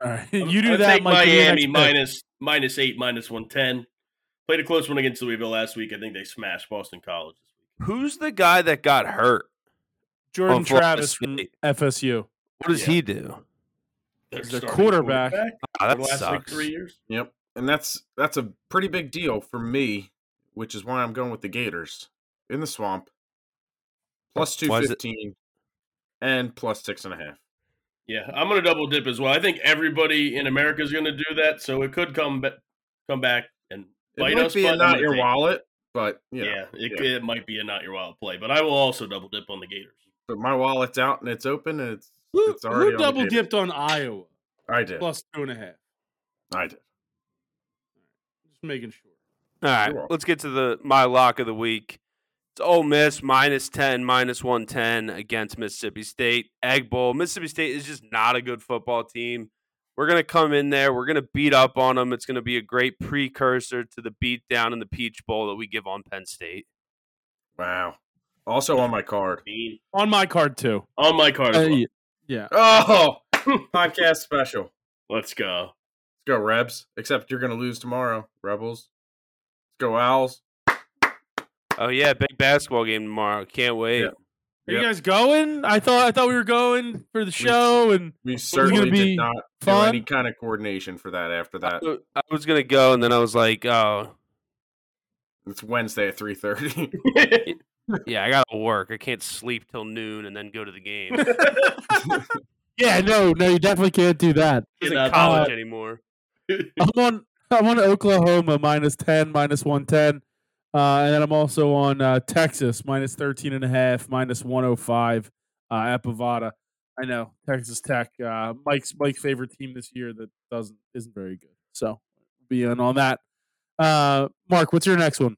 [SPEAKER 2] right, [laughs] you do
[SPEAKER 3] I'll
[SPEAKER 2] that.
[SPEAKER 3] Take
[SPEAKER 2] Mike, you're the next
[SPEAKER 3] Miami
[SPEAKER 2] pick.
[SPEAKER 3] minus minus eight, minus one ten. Played a close one against Louisville last week. I think they smashed Boston College this week.
[SPEAKER 4] Who's the guy that got hurt?
[SPEAKER 2] Jordan
[SPEAKER 4] Oh, Florida
[SPEAKER 2] Travis from
[SPEAKER 4] State.
[SPEAKER 2] FSU.
[SPEAKER 4] What does
[SPEAKER 3] Yeah.
[SPEAKER 4] he do?
[SPEAKER 3] Their
[SPEAKER 2] The
[SPEAKER 3] starting
[SPEAKER 2] quarterback.
[SPEAKER 4] Ah,
[SPEAKER 3] for
[SPEAKER 4] that
[SPEAKER 3] the last like
[SPEAKER 4] sucks.
[SPEAKER 3] three years.
[SPEAKER 5] Yep. And that's that's a pretty big deal for me, which is why I'm going with the Gators in the swamp. Plus two
[SPEAKER 4] Why is it-
[SPEAKER 5] fifteen and plus six and a half.
[SPEAKER 3] Yeah, I'm gonna double dip as well. I think everybody in America is gonna do that, so it could come ba- come back and
[SPEAKER 5] It
[SPEAKER 3] bite
[SPEAKER 5] might
[SPEAKER 3] us.
[SPEAKER 5] be
[SPEAKER 3] but
[SPEAKER 5] a
[SPEAKER 3] I'm
[SPEAKER 5] not
[SPEAKER 3] gonna
[SPEAKER 5] your
[SPEAKER 3] take-
[SPEAKER 5] wallet, but you
[SPEAKER 3] Yeah,
[SPEAKER 5] know,
[SPEAKER 3] it,
[SPEAKER 5] yeah.
[SPEAKER 3] it might be a not your wild play, but I will also double dip on the Gators.
[SPEAKER 5] but my wallet's out and it's open and it's
[SPEAKER 2] Who,
[SPEAKER 5] it's
[SPEAKER 2] who
[SPEAKER 5] already on the
[SPEAKER 2] double
[SPEAKER 5] Gators.
[SPEAKER 2] dipped on Iowa
[SPEAKER 5] I did.
[SPEAKER 2] plus two and a half?
[SPEAKER 5] I did.
[SPEAKER 2] Just making sure.
[SPEAKER 4] All right,
[SPEAKER 5] You're welcome.
[SPEAKER 4] let's get to the my lock of the week. It's Ole Miss minus ten, minus one ten against Mississippi State. Egg Bowl. Mississippi State is just not a good football team. We're gonna come in there. We're gonna beat up on them. It's gonna be a great precursor to the beatdown in the Peach Bowl that we give on Penn State.
[SPEAKER 5] Wow. Also on my card.
[SPEAKER 2] [laughs]
[SPEAKER 3] Bean.
[SPEAKER 2] On my card too.
[SPEAKER 3] On my card as
[SPEAKER 2] Uh,
[SPEAKER 3] well.
[SPEAKER 2] yeah. yeah.
[SPEAKER 5] Oh podcast special. Let's
[SPEAKER 3] Let's go.
[SPEAKER 5] go, Rebs. Except you're gonna lose tomorrow, Rebels. Let's go, Owls.
[SPEAKER 4] Oh yeah, big basketball game tomorrow. Can't wait.
[SPEAKER 5] Yeah.
[SPEAKER 2] Are you
[SPEAKER 5] Yep.
[SPEAKER 2] guys going? I thought I thought we were going for the show and
[SPEAKER 5] We
[SPEAKER 2] gonna
[SPEAKER 5] certainly
[SPEAKER 2] be
[SPEAKER 5] did not do
[SPEAKER 2] fun.
[SPEAKER 5] any kind of coordination for that after that.
[SPEAKER 4] So I was gonna go, and then I was like, oh
[SPEAKER 5] It's Wednesday at
[SPEAKER 3] [laughs]
[SPEAKER 5] three thirty.
[SPEAKER 4] yeah, I gotta work. I can't sleep till noon and then go to the game. It
[SPEAKER 2] yeah, no, no, you definitely can't do that.
[SPEAKER 4] isn't
[SPEAKER 3] Cannot-
[SPEAKER 4] college anymore.
[SPEAKER 2] I'm on I'm on Oklahoma minus 10, minus 110. Uh, and then I'm also on uh, Texas minus 13 and a half, minus 105 uh, at Bovada. I know Texas Tech, uh, Mike's Mike's favorite team this year that doesn't isn't very good. So be in on that. Uh, Mark, what's your next one?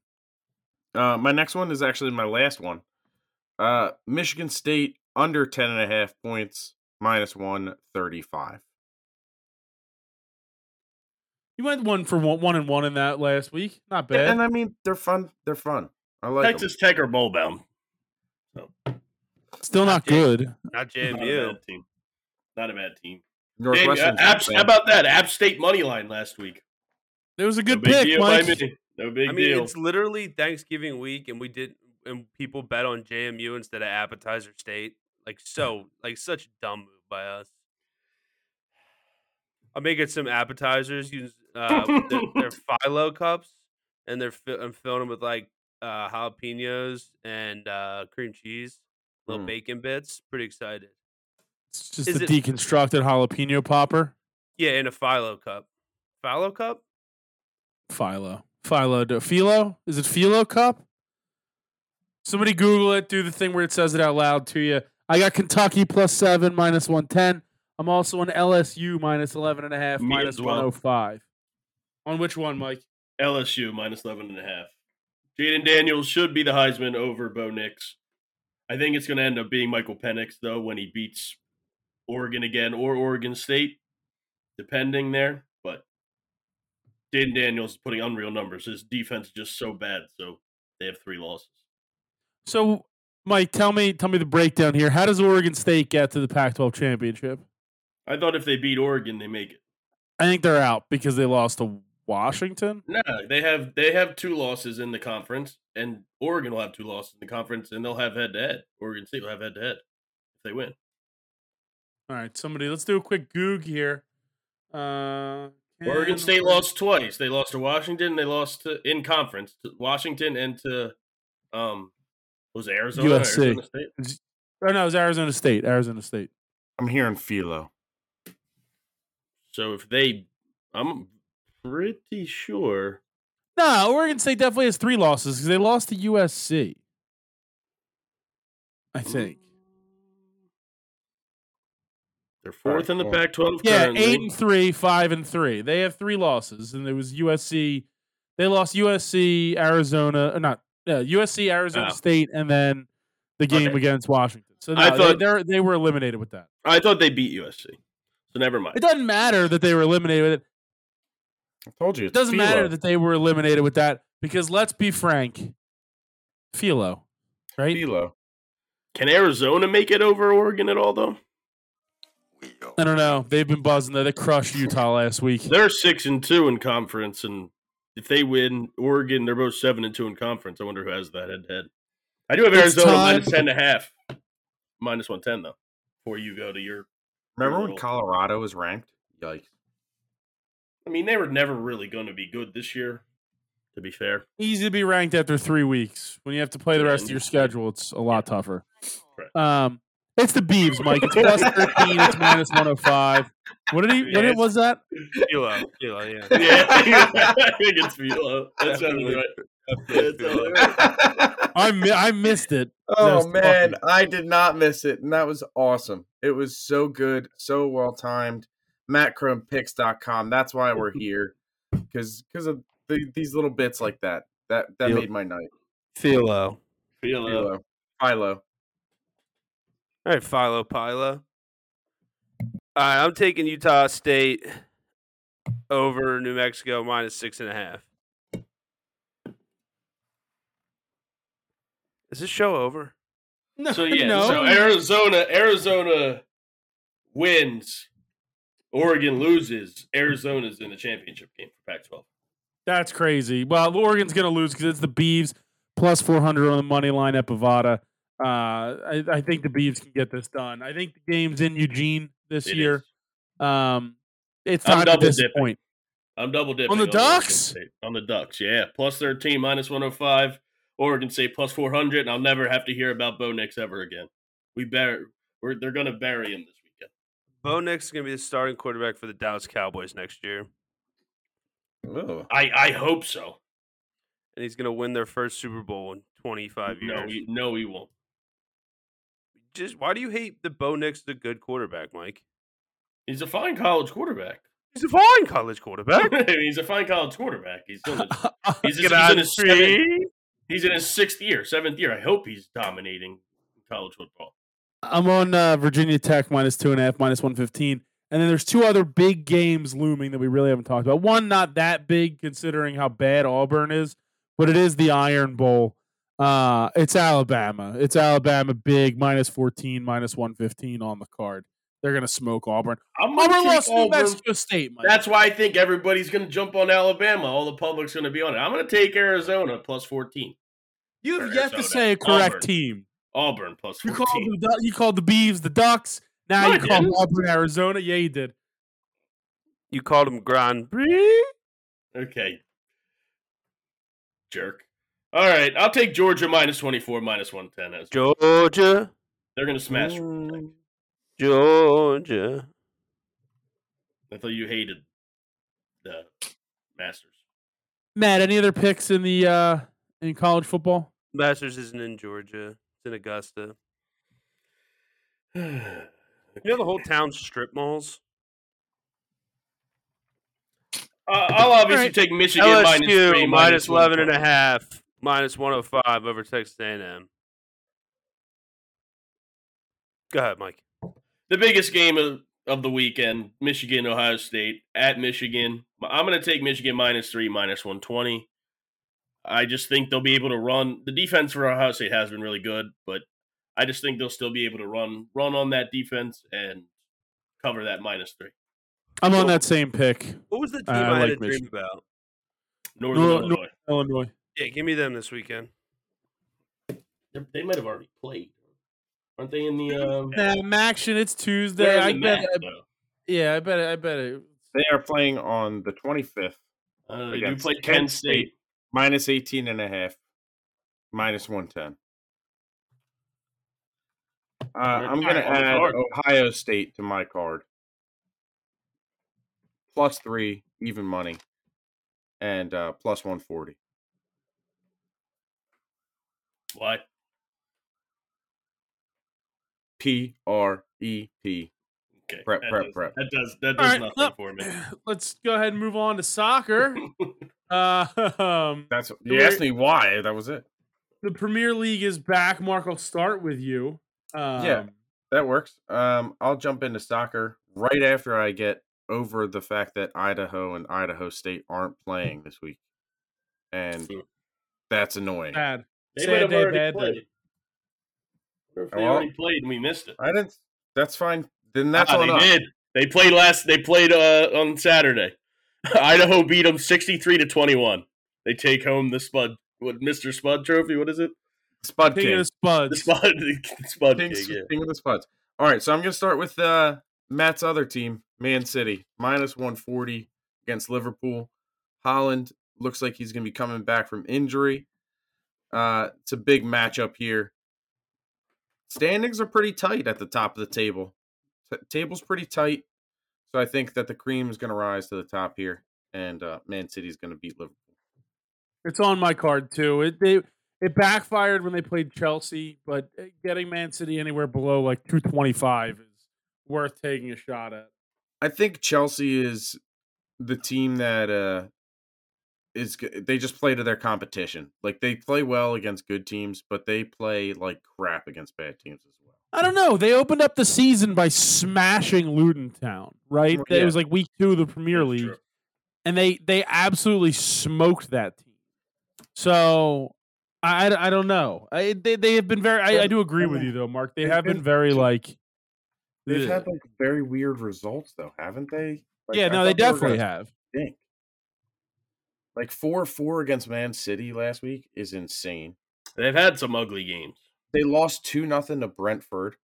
[SPEAKER 5] Uh, my next one is actually my last one. Uh, Michigan State under ten and a half points, minus one thirty-five.
[SPEAKER 2] You went one for one, one and one in that last week. Not bad.
[SPEAKER 5] And I mean, they're fun. They're fun. I like 'em.
[SPEAKER 3] Texas Tech or bowl bound.
[SPEAKER 2] Still not
[SPEAKER 4] Yeah.
[SPEAKER 2] good.
[SPEAKER 4] Not
[SPEAKER 3] Not a
[SPEAKER 4] JMU.
[SPEAKER 3] bad team. Not a bad team. Dang,
[SPEAKER 5] Northwestern's
[SPEAKER 3] uh, App-
[SPEAKER 5] insane.
[SPEAKER 3] how about that? App State money line last week.
[SPEAKER 2] It was a good
[SPEAKER 3] no big
[SPEAKER 2] pick,
[SPEAKER 3] deal by
[SPEAKER 2] Mike.
[SPEAKER 3] me. No big
[SPEAKER 4] I mean,
[SPEAKER 3] deal.
[SPEAKER 4] it's literally Thanksgiving week, and we did, and people bet on JMU instead of Appetizer State.
[SPEAKER 3] [laughs]
[SPEAKER 4] Like so, like such a dumb move by us. I'm making some appetizers. Use uh, their,
[SPEAKER 3] [laughs]
[SPEAKER 4] their phyllo cups, and they're fi- I'm filling them with like uh, jalapenos and uh, cream cheese, little
[SPEAKER 3] Hmm.
[SPEAKER 5] Mm.
[SPEAKER 4] bacon bits. Pretty excited.
[SPEAKER 2] It's just
[SPEAKER 4] Is
[SPEAKER 2] a
[SPEAKER 4] it-
[SPEAKER 2] deconstructed jalapeno popper.
[SPEAKER 3] [laughs]
[SPEAKER 4] Yeah, in a phyllo cup. Phyllo cup.
[SPEAKER 2] Philo. Philo Do- Philo? Is it Philo Cup? Somebody Google it. Do the thing where it says it out loud to you. I got Kentucky plus seven, minus one ten. I'm also on LSU minus eleven and a half,
[SPEAKER 3] Me
[SPEAKER 2] minus
[SPEAKER 3] as well.
[SPEAKER 2] one oh five. On which one, Mike?
[SPEAKER 3] LSU minus 11 and a half. Jaden Daniels should be the Heisman over Bo Nix. I think it's going to end up being Michael Penix, though, when he beats Oregon again or Oregon State, depending there. But Jaden Daniels is putting unreal numbers. His defense is just so bad, so they have three losses.
[SPEAKER 2] So, Mike, tell me, tell me the breakdown here. How does Oregon State get to the Pac-12 championship?
[SPEAKER 3] I thought if they beat Oregon, they make it.
[SPEAKER 2] I think they're out because they lost to Washington.
[SPEAKER 3] No, they have they have two losses in the conference, and Oregon will have two losses in the conference, and they'll have head to head. Oregon State will have head to head if they win.
[SPEAKER 2] All right, somebody, let's do a quick goog here. Uh,
[SPEAKER 3] Oregon
[SPEAKER 2] can
[SPEAKER 3] State
[SPEAKER 2] Oregon-
[SPEAKER 3] lost twice. They lost to Washington. They lost to, in conference to Washington and to um was it Arizona. or
[SPEAKER 2] USC.
[SPEAKER 3] Arizona State?
[SPEAKER 2] Oh no, it was Arizona State. Arizona State.
[SPEAKER 5] I'm hearing Philo.
[SPEAKER 3] So if they, I'm pretty sure.
[SPEAKER 2] No, Oregon State definitely has three losses because they lost to USC. I think.
[SPEAKER 3] They're fourth in the
[SPEAKER 5] Alright, well,
[SPEAKER 3] Pac-12.
[SPEAKER 2] Yeah,
[SPEAKER 3] currently.
[SPEAKER 2] eight and three, five and three. They have three losses, and it was USC. They lost USC, Arizona, or not uh, USC, Arizona
[SPEAKER 3] Oh.
[SPEAKER 2] State, and then the game
[SPEAKER 3] Okay.
[SPEAKER 2] against Washington. So no,
[SPEAKER 3] I
[SPEAKER 2] they,
[SPEAKER 3] thought-
[SPEAKER 2] they're- they were eliminated with that.
[SPEAKER 3] I thought they beat USC. So never
[SPEAKER 2] It
[SPEAKER 3] mind.
[SPEAKER 2] doesn't matter that they were eliminated with it.
[SPEAKER 5] I told you.
[SPEAKER 2] It doesn't matter that they were eliminated with that because let's be frank, Philo, right?
[SPEAKER 5] Philo.
[SPEAKER 3] Can Arizona make it over Oregon at all? Though
[SPEAKER 2] I don't know. They've been buzzing though. They crushed Utah last week.
[SPEAKER 3] they're six and two in conference, and if they win Oregon, they're both seven and two in conference. I wonder who has that head to head. I do have
[SPEAKER 2] It's
[SPEAKER 3] Arizona
[SPEAKER 2] time-
[SPEAKER 3] minus ten and a half, minus one ten though. Before you go to your
[SPEAKER 5] Remember when
[SPEAKER 3] Philo.
[SPEAKER 5] Colorado was ranked? Yikes.
[SPEAKER 3] [laughs] I mean, they were never really going to be good this year, to be fair. [laughs]
[SPEAKER 2] easy to be ranked after three weeks when you have to play the
[SPEAKER 3] Yeah,
[SPEAKER 2] rest of
[SPEAKER 3] and-
[SPEAKER 2] your schedule. It's a lot tougher.
[SPEAKER 3] Correct.
[SPEAKER 2] Um, it's the Beavs, Mike. It's plus thirteen. It's minus one hundred five. What did he? What
[SPEAKER 4] Yeah,
[SPEAKER 2] did, was that?
[SPEAKER 4] Philo, Philo, yeah.
[SPEAKER 3] Yeah, I think it's Philo. That sounds
[SPEAKER 4] Definitely.
[SPEAKER 3] right.
[SPEAKER 4] Definitely
[SPEAKER 3] That's all
[SPEAKER 4] Philo.
[SPEAKER 3] right.
[SPEAKER 2] I mi- I missed it.
[SPEAKER 5] Oh
[SPEAKER 2] That's
[SPEAKER 5] man,
[SPEAKER 2] fucking-
[SPEAKER 5] I did not miss it, and that was awesome. It was so good, so well timed. MattCrumPicks.com. That's why [laughs] we're here, because because of the, these little bits like that. That that
[SPEAKER 4] Yep.
[SPEAKER 5] made my night.
[SPEAKER 4] Philo.
[SPEAKER 3] Philo.
[SPEAKER 5] Philo, Philo.
[SPEAKER 4] All right, Philo Pilo. All right, I'm taking Utah State over New Mexico minus six and a half. Is this show over?
[SPEAKER 2] [laughs] No,
[SPEAKER 3] So yeah, so e-, Arizona, Arizona wins. Oregon loses. Arizona's in the championship game for Pac-12.
[SPEAKER 2] that's crazy. Well, Oregon's gonna lose because it's the Beavs plus four hundred on the money line at Bovada. Uh, I, I think the Beavs can get this done. I think the game's in Eugene this
[SPEAKER 3] It
[SPEAKER 2] year.
[SPEAKER 3] is.
[SPEAKER 2] Um, it's
[SPEAKER 3] I'm
[SPEAKER 2] time at
[SPEAKER 3] double
[SPEAKER 2] this
[SPEAKER 3] dipping.
[SPEAKER 2] point.
[SPEAKER 3] I'm double dipping
[SPEAKER 2] the
[SPEAKER 3] Oregon
[SPEAKER 2] Ducks?
[SPEAKER 3] State. On the Ducks, yeah, plus thirteen, minus one hundred five. Oregon State plus four hundred, and I'll never have to hear about Bo Nix ever again. We bury, we're, they're going to bury him this weekend.
[SPEAKER 4] Bo Nix is going to be the starting quarterback for the Dallas Cowboys next year,
[SPEAKER 5] Ugh.
[SPEAKER 3] I, I hope so.
[SPEAKER 4] and he's going to win their first Super Bowl in 25 years.
[SPEAKER 3] No, he, no, he won't.
[SPEAKER 4] Just why do you hate that Bo Nix is a good quarterback, Mike?
[SPEAKER 3] He's a fine college quarterback.
[SPEAKER 4] He's a fine college [laughs] quarterback.
[SPEAKER 3] I mean, [laughs] he's a fine college quarterback. He's still in his, [laughs] he's,
[SPEAKER 4] [laughs] Get
[SPEAKER 3] he's
[SPEAKER 4] out
[SPEAKER 3] in
[SPEAKER 4] of
[SPEAKER 3] his
[SPEAKER 4] the
[SPEAKER 3] seventh,
[SPEAKER 4] tree.
[SPEAKER 3] he's in his sixth year, seventh year. I hope he's dominating college football.
[SPEAKER 2] I'm on uh, Virginia Tech minus two and a half, minus one fifteen, and then there's two other big games looming that we really haven't talked about. One not that big considering how bad Auburn is, but it is the Iron Bowl. Uh, it's Alabama. It's Alabama big minus fourteen, minus one fifteen on the card. They're gonna smoke Auburn.
[SPEAKER 3] I'm gonna
[SPEAKER 2] Auburn
[SPEAKER 3] take
[SPEAKER 2] lost to New
[SPEAKER 3] Auburn.
[SPEAKER 2] Mexico State. Mike.
[SPEAKER 3] That's why I think everybody's going to jump on Alabama. All the public's going to be on it. I'm going to take Arizona plus 14.
[SPEAKER 2] you have
[SPEAKER 3] or
[SPEAKER 2] yet to
[SPEAKER 3] Arizona.
[SPEAKER 2] say a correct
[SPEAKER 3] Auburn.
[SPEAKER 2] team.
[SPEAKER 3] Auburn plus
[SPEAKER 2] You
[SPEAKER 3] 14.
[SPEAKER 2] called the Du- you called the Beavs the Ducks. Now
[SPEAKER 3] No, I
[SPEAKER 2] you called
[SPEAKER 3] didn't.
[SPEAKER 2] Auburn Arizona. Yeah, you did.
[SPEAKER 4] You called him Grand Prix.
[SPEAKER 3] Okay. Jerk. All right. I'll take Georgia minus 24, minus 110. As
[SPEAKER 4] Georgia.
[SPEAKER 3] They're going to smash.
[SPEAKER 4] Mm, Georgia.
[SPEAKER 3] I thought you hated the Masters. [sighs]
[SPEAKER 2] Matt, any other picks in the uh in college football?
[SPEAKER 4] Masters isn't in Georgia. It's in Augusta.
[SPEAKER 3] I
[SPEAKER 4] You know the whole town strip
[SPEAKER 3] [laughs]
[SPEAKER 4] malls.
[SPEAKER 3] I'll obviously
[SPEAKER 2] right.
[SPEAKER 3] take Michigan minus three,
[SPEAKER 4] LSU
[SPEAKER 3] minus
[SPEAKER 4] minus 11 and a
[SPEAKER 3] 120.
[SPEAKER 4] half, minus 105 over Texas A&M. Go ahead, Mike.
[SPEAKER 3] The biggest game of, of the weekend: Michigan, Ohio State at Michigan. I'm going to take Michigan minus three, minus 120. I just think they'll be able to run. The defense for Ohio State has been really good, but I just think they'll still be able to run run on that defense and cover that minus three.
[SPEAKER 2] I'm on that same pick.
[SPEAKER 4] What was the team
[SPEAKER 2] I
[SPEAKER 4] I, had
[SPEAKER 2] like
[SPEAKER 4] a dream
[SPEAKER 2] Michigan.
[SPEAKER 4] about?
[SPEAKER 3] Northern
[SPEAKER 2] No- no-
[SPEAKER 3] Illinois.
[SPEAKER 2] Illinois.
[SPEAKER 4] Yeah, give me them this weekend.
[SPEAKER 3] They're- They might have already played, aren't they? In the um,
[SPEAKER 2] Nah, I'm action. It's Tuesday.
[SPEAKER 3] they're
[SPEAKER 2] I
[SPEAKER 3] in the
[SPEAKER 2] bet.
[SPEAKER 3] MAC,
[SPEAKER 2] I-
[SPEAKER 3] though.
[SPEAKER 2] yeah, I bet. it- I bet it. [clears throat]
[SPEAKER 5] They are playing on the 25th,
[SPEAKER 3] Uh, they do
[SPEAKER 5] against
[SPEAKER 3] play
[SPEAKER 5] Kent
[SPEAKER 3] Kent
[SPEAKER 5] State.
[SPEAKER 3] State.
[SPEAKER 5] minus 18 and a half, minus 110. Uh, I'm going
[SPEAKER 3] Alright,
[SPEAKER 5] to
[SPEAKER 3] on the
[SPEAKER 5] add
[SPEAKER 3] card.
[SPEAKER 5] Ohio State to my card. Plus three, even money, and uh, plus 140.
[SPEAKER 3] Why?
[SPEAKER 5] P R E P.
[SPEAKER 3] Okay.
[SPEAKER 5] Prep,
[SPEAKER 3] that
[SPEAKER 5] prep,
[SPEAKER 3] does, [laughs]
[SPEAKER 5] prep.
[SPEAKER 3] That does that
[SPEAKER 2] All
[SPEAKER 3] does
[SPEAKER 2] right,
[SPEAKER 3] nothing
[SPEAKER 2] look.
[SPEAKER 3] for me.
[SPEAKER 2] Let's go ahead and move on to
[SPEAKER 3] [laughs]
[SPEAKER 2] soccer. uh, um,
[SPEAKER 5] That's
[SPEAKER 2] you
[SPEAKER 5] you asked
[SPEAKER 2] were-
[SPEAKER 5] me why. That was it.
[SPEAKER 2] the Premier League is back. Mark, I'll start with you. Um,
[SPEAKER 5] Yeah. That works. Um, I'll jump into soccer right after I get over the fact that Idaho and Idaho State aren't playing this week, and
[SPEAKER 3] Mm.
[SPEAKER 5] that's annoying.
[SPEAKER 2] Bad.
[SPEAKER 3] They
[SPEAKER 2] Sad
[SPEAKER 3] might have
[SPEAKER 2] day,
[SPEAKER 3] already
[SPEAKER 2] bad day.
[SPEAKER 3] played. Or if they
[SPEAKER 5] Well-
[SPEAKER 3] already played and we missed it.
[SPEAKER 5] I didn't. That's fine. Then that's
[SPEAKER 3] Ah,
[SPEAKER 5] on
[SPEAKER 3] they
[SPEAKER 5] us.
[SPEAKER 3] did. They played last. They played uh, on Saturday. [laughs] Idaho beat them sixty-three to twenty-one. They take home the Spud, what Mr. Spud Trophy? What is it?
[SPEAKER 5] Spud
[SPEAKER 2] King of
[SPEAKER 5] King.
[SPEAKER 2] the Spuds.
[SPEAKER 3] The Spud, Spud [laughs] King.
[SPEAKER 5] King, s-
[SPEAKER 3] yeah.
[SPEAKER 5] King of the Spuds. All right, so I'm going to start with uh, Matt's other team, Man City, minus 140 against Liverpool. Holland looks like he's going to be coming back from injury. Uh, it's a big matchup here. Standings are pretty tight at the top of the table. T- table's pretty tight, so I think that the cream is going to rise to the top here, and uh, Man City's going to beat Liverpool.
[SPEAKER 2] It's on my card too. It they it backfired when they played Chelsea, but uh, getting Man City anywhere below like 225 is worth taking a shot at.
[SPEAKER 5] I think Chelsea is the team that uh is g- they just play to their competition. Like they play well against good teams, but they play like crap against bad teams as well.
[SPEAKER 2] I don't know. They opened up the season by smashing Luton Town, right?
[SPEAKER 5] Well,
[SPEAKER 2] It
[SPEAKER 5] yeah.
[SPEAKER 2] was like week 2 of the Premier
[SPEAKER 3] That's
[SPEAKER 2] League
[SPEAKER 3] true.
[SPEAKER 2] and they they absolutely smoked that team. So I, I- I don't know. I, they they have been very. I, I do agree with you though, Mark. They
[SPEAKER 5] They've
[SPEAKER 2] have been
[SPEAKER 5] been-
[SPEAKER 2] very like.
[SPEAKER 5] They've
[SPEAKER 2] ugh.
[SPEAKER 5] had like very weird results though, haven't they? Like,
[SPEAKER 2] yeah,
[SPEAKER 5] I
[SPEAKER 2] no, they
[SPEAKER 5] thought were
[SPEAKER 2] definitely
[SPEAKER 5] gonna
[SPEAKER 2] have.
[SPEAKER 5] stink. Like four four against Man City last week is insane.
[SPEAKER 3] They've had some ugly games.
[SPEAKER 5] They lost two nothing to Brentford,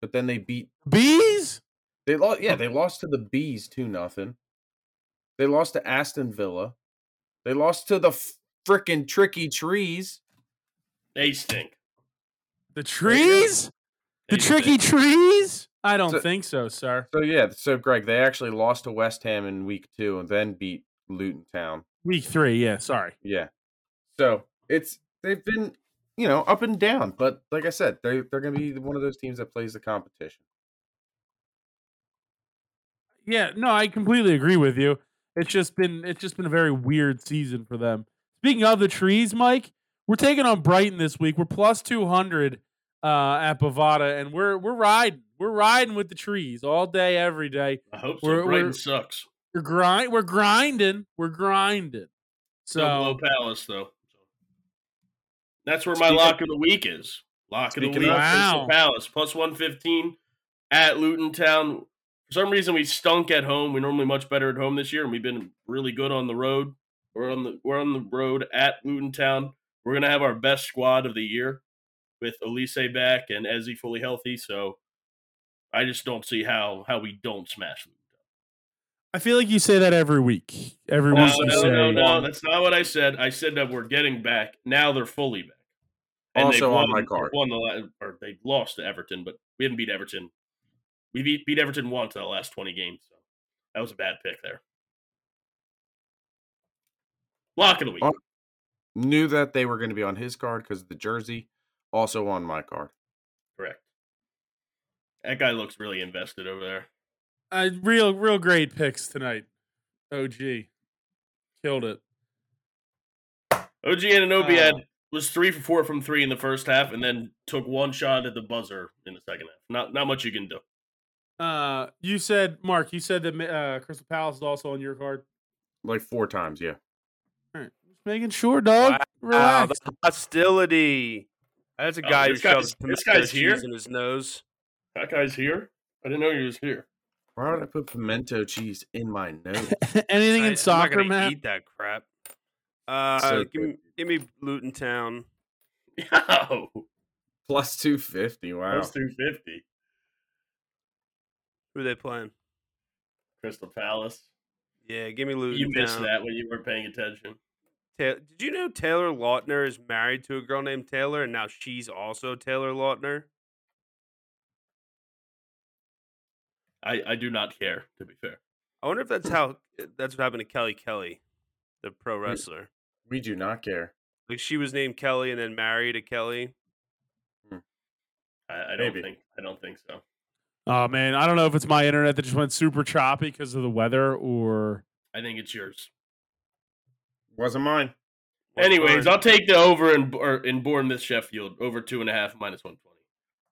[SPEAKER 5] but then they beat
[SPEAKER 2] Bees.
[SPEAKER 5] They lost. Yeah, they lost to the bees two nothing. They lost to Aston Villa. They lost to the freaking tricky trees.
[SPEAKER 3] They stink.
[SPEAKER 2] The trees. The
[SPEAKER 3] They
[SPEAKER 2] tricky
[SPEAKER 3] stink.
[SPEAKER 2] trees. I don't
[SPEAKER 5] So-
[SPEAKER 2] think so, sir.
[SPEAKER 5] So yeah, so Greg, they actually lost to West Ham in week two, and then beat Luton Town.
[SPEAKER 2] Week three. Yeah, sorry.
[SPEAKER 5] Yeah. So it's they've been you know up and down, but like I said, they they're going to be one of those teams that plays the competition.
[SPEAKER 2] Yeah, no, I completely agree with you. It's just been it's just been a very weird season for them. Speaking of the trees, Mike, we're taking on Brighton this week. We're plus two hundred uh, at Bovada, and we're we're riding we're riding with the trees all day, every day.
[SPEAKER 3] I hope so.
[SPEAKER 2] We're-
[SPEAKER 3] Brighton
[SPEAKER 2] we're-
[SPEAKER 3] sucks.
[SPEAKER 2] We're grind we're grinding we're grinding.
[SPEAKER 3] Still below
[SPEAKER 2] So
[SPEAKER 3] Palace though. That's where my
[SPEAKER 5] Speaking-
[SPEAKER 3] lock of the week is. Lock of the
[SPEAKER 5] Speaking
[SPEAKER 3] week,
[SPEAKER 5] of-
[SPEAKER 2] Wow.
[SPEAKER 3] Crystal Palace plus one fifteen at Luton Town. For some reason, we stunk at home. We're normally much better at home this year, and we've been really good on the road. We're on the we're on the road at Luton Town. We're gonna have our best squad of the year with Elise back and Ezzy fully healthy. So I just don't see how how we don't smash them.
[SPEAKER 2] I feel like you say that every week. Every
[SPEAKER 3] No,
[SPEAKER 2] week you
[SPEAKER 3] no,
[SPEAKER 2] say
[SPEAKER 3] no, no. That's not what I said. I said that we're getting back. Now they're fully back. they've
[SPEAKER 5] Also on
[SPEAKER 3] won-
[SPEAKER 5] my card.
[SPEAKER 3] Won the la- or they lost to Everton, but we haven't beat Everton. We beat, beat Everton once in the last twenty games. So that was a bad pick there. Lock of the week.
[SPEAKER 5] Oh. Knew that they were going to be on his card because the jersey, also on my card.
[SPEAKER 3] Correct. That guy looks really invested over there.
[SPEAKER 2] Uh, real, real great picks tonight. OG killed it.
[SPEAKER 3] OG Ananobi
[SPEAKER 2] Uh,
[SPEAKER 3] had was three for four from three in the first half, and then took one shot at the buzzer in the second half. Not not much you can do.
[SPEAKER 2] Uh, you said, Mark, you said that uh, Crystal Palace is also on your card.
[SPEAKER 5] Like four times, yeah.
[SPEAKER 2] Just making sure, dog.
[SPEAKER 4] Wow,
[SPEAKER 2] Relax.
[SPEAKER 4] the hostility. That's a
[SPEAKER 3] Oh,
[SPEAKER 4] guy who
[SPEAKER 3] this guy's-
[SPEAKER 4] shoves
[SPEAKER 3] this
[SPEAKER 4] tomato
[SPEAKER 3] guy's
[SPEAKER 4] cheese
[SPEAKER 3] here?
[SPEAKER 4] in his nose.
[SPEAKER 3] That guy's here. I didn't know he was here.
[SPEAKER 5] Why would I put pimento cheese in my nose?
[SPEAKER 2] [laughs] Anything
[SPEAKER 4] I- I'm
[SPEAKER 2] in
[SPEAKER 4] not
[SPEAKER 2] soccer,
[SPEAKER 4] gonna
[SPEAKER 2] man?
[SPEAKER 4] Eat that crap. Uh,
[SPEAKER 5] So
[SPEAKER 4] give me give me Luton Town.
[SPEAKER 3] [laughs] Yo,
[SPEAKER 5] Plus 250. Wow.
[SPEAKER 3] plus two fifty.
[SPEAKER 4] Who they playing?
[SPEAKER 3] Crystal Palace.
[SPEAKER 4] Yeah, give me Luton.
[SPEAKER 3] You missed
[SPEAKER 4] Town.
[SPEAKER 3] that when you weren't paying attention.
[SPEAKER 4] Ta- Did you know Taylor Lautner is married to a girl named Taylor, and now she's also Taylor Lautner?
[SPEAKER 3] I, I do not care, to be fair.
[SPEAKER 4] I wonder if that's how that's what happened to Kelly Kelly, the pro
[SPEAKER 3] Hmm.
[SPEAKER 4] wrestler.
[SPEAKER 5] We do not care.
[SPEAKER 4] Like she was named Kelly and then married to Kelly.
[SPEAKER 3] I, I don't
[SPEAKER 5] Maybe.
[SPEAKER 3] think I don't think so.
[SPEAKER 2] Oh man, I don't know if it's my internet that just went super choppy because of the weather, or
[SPEAKER 3] I think it's yours.
[SPEAKER 5] Wasn't mine.
[SPEAKER 4] Well,
[SPEAKER 3] Anyways,
[SPEAKER 4] Burn-
[SPEAKER 3] I'll take the over in or in Bournemouth Sheffield over two and a half minus one twenty.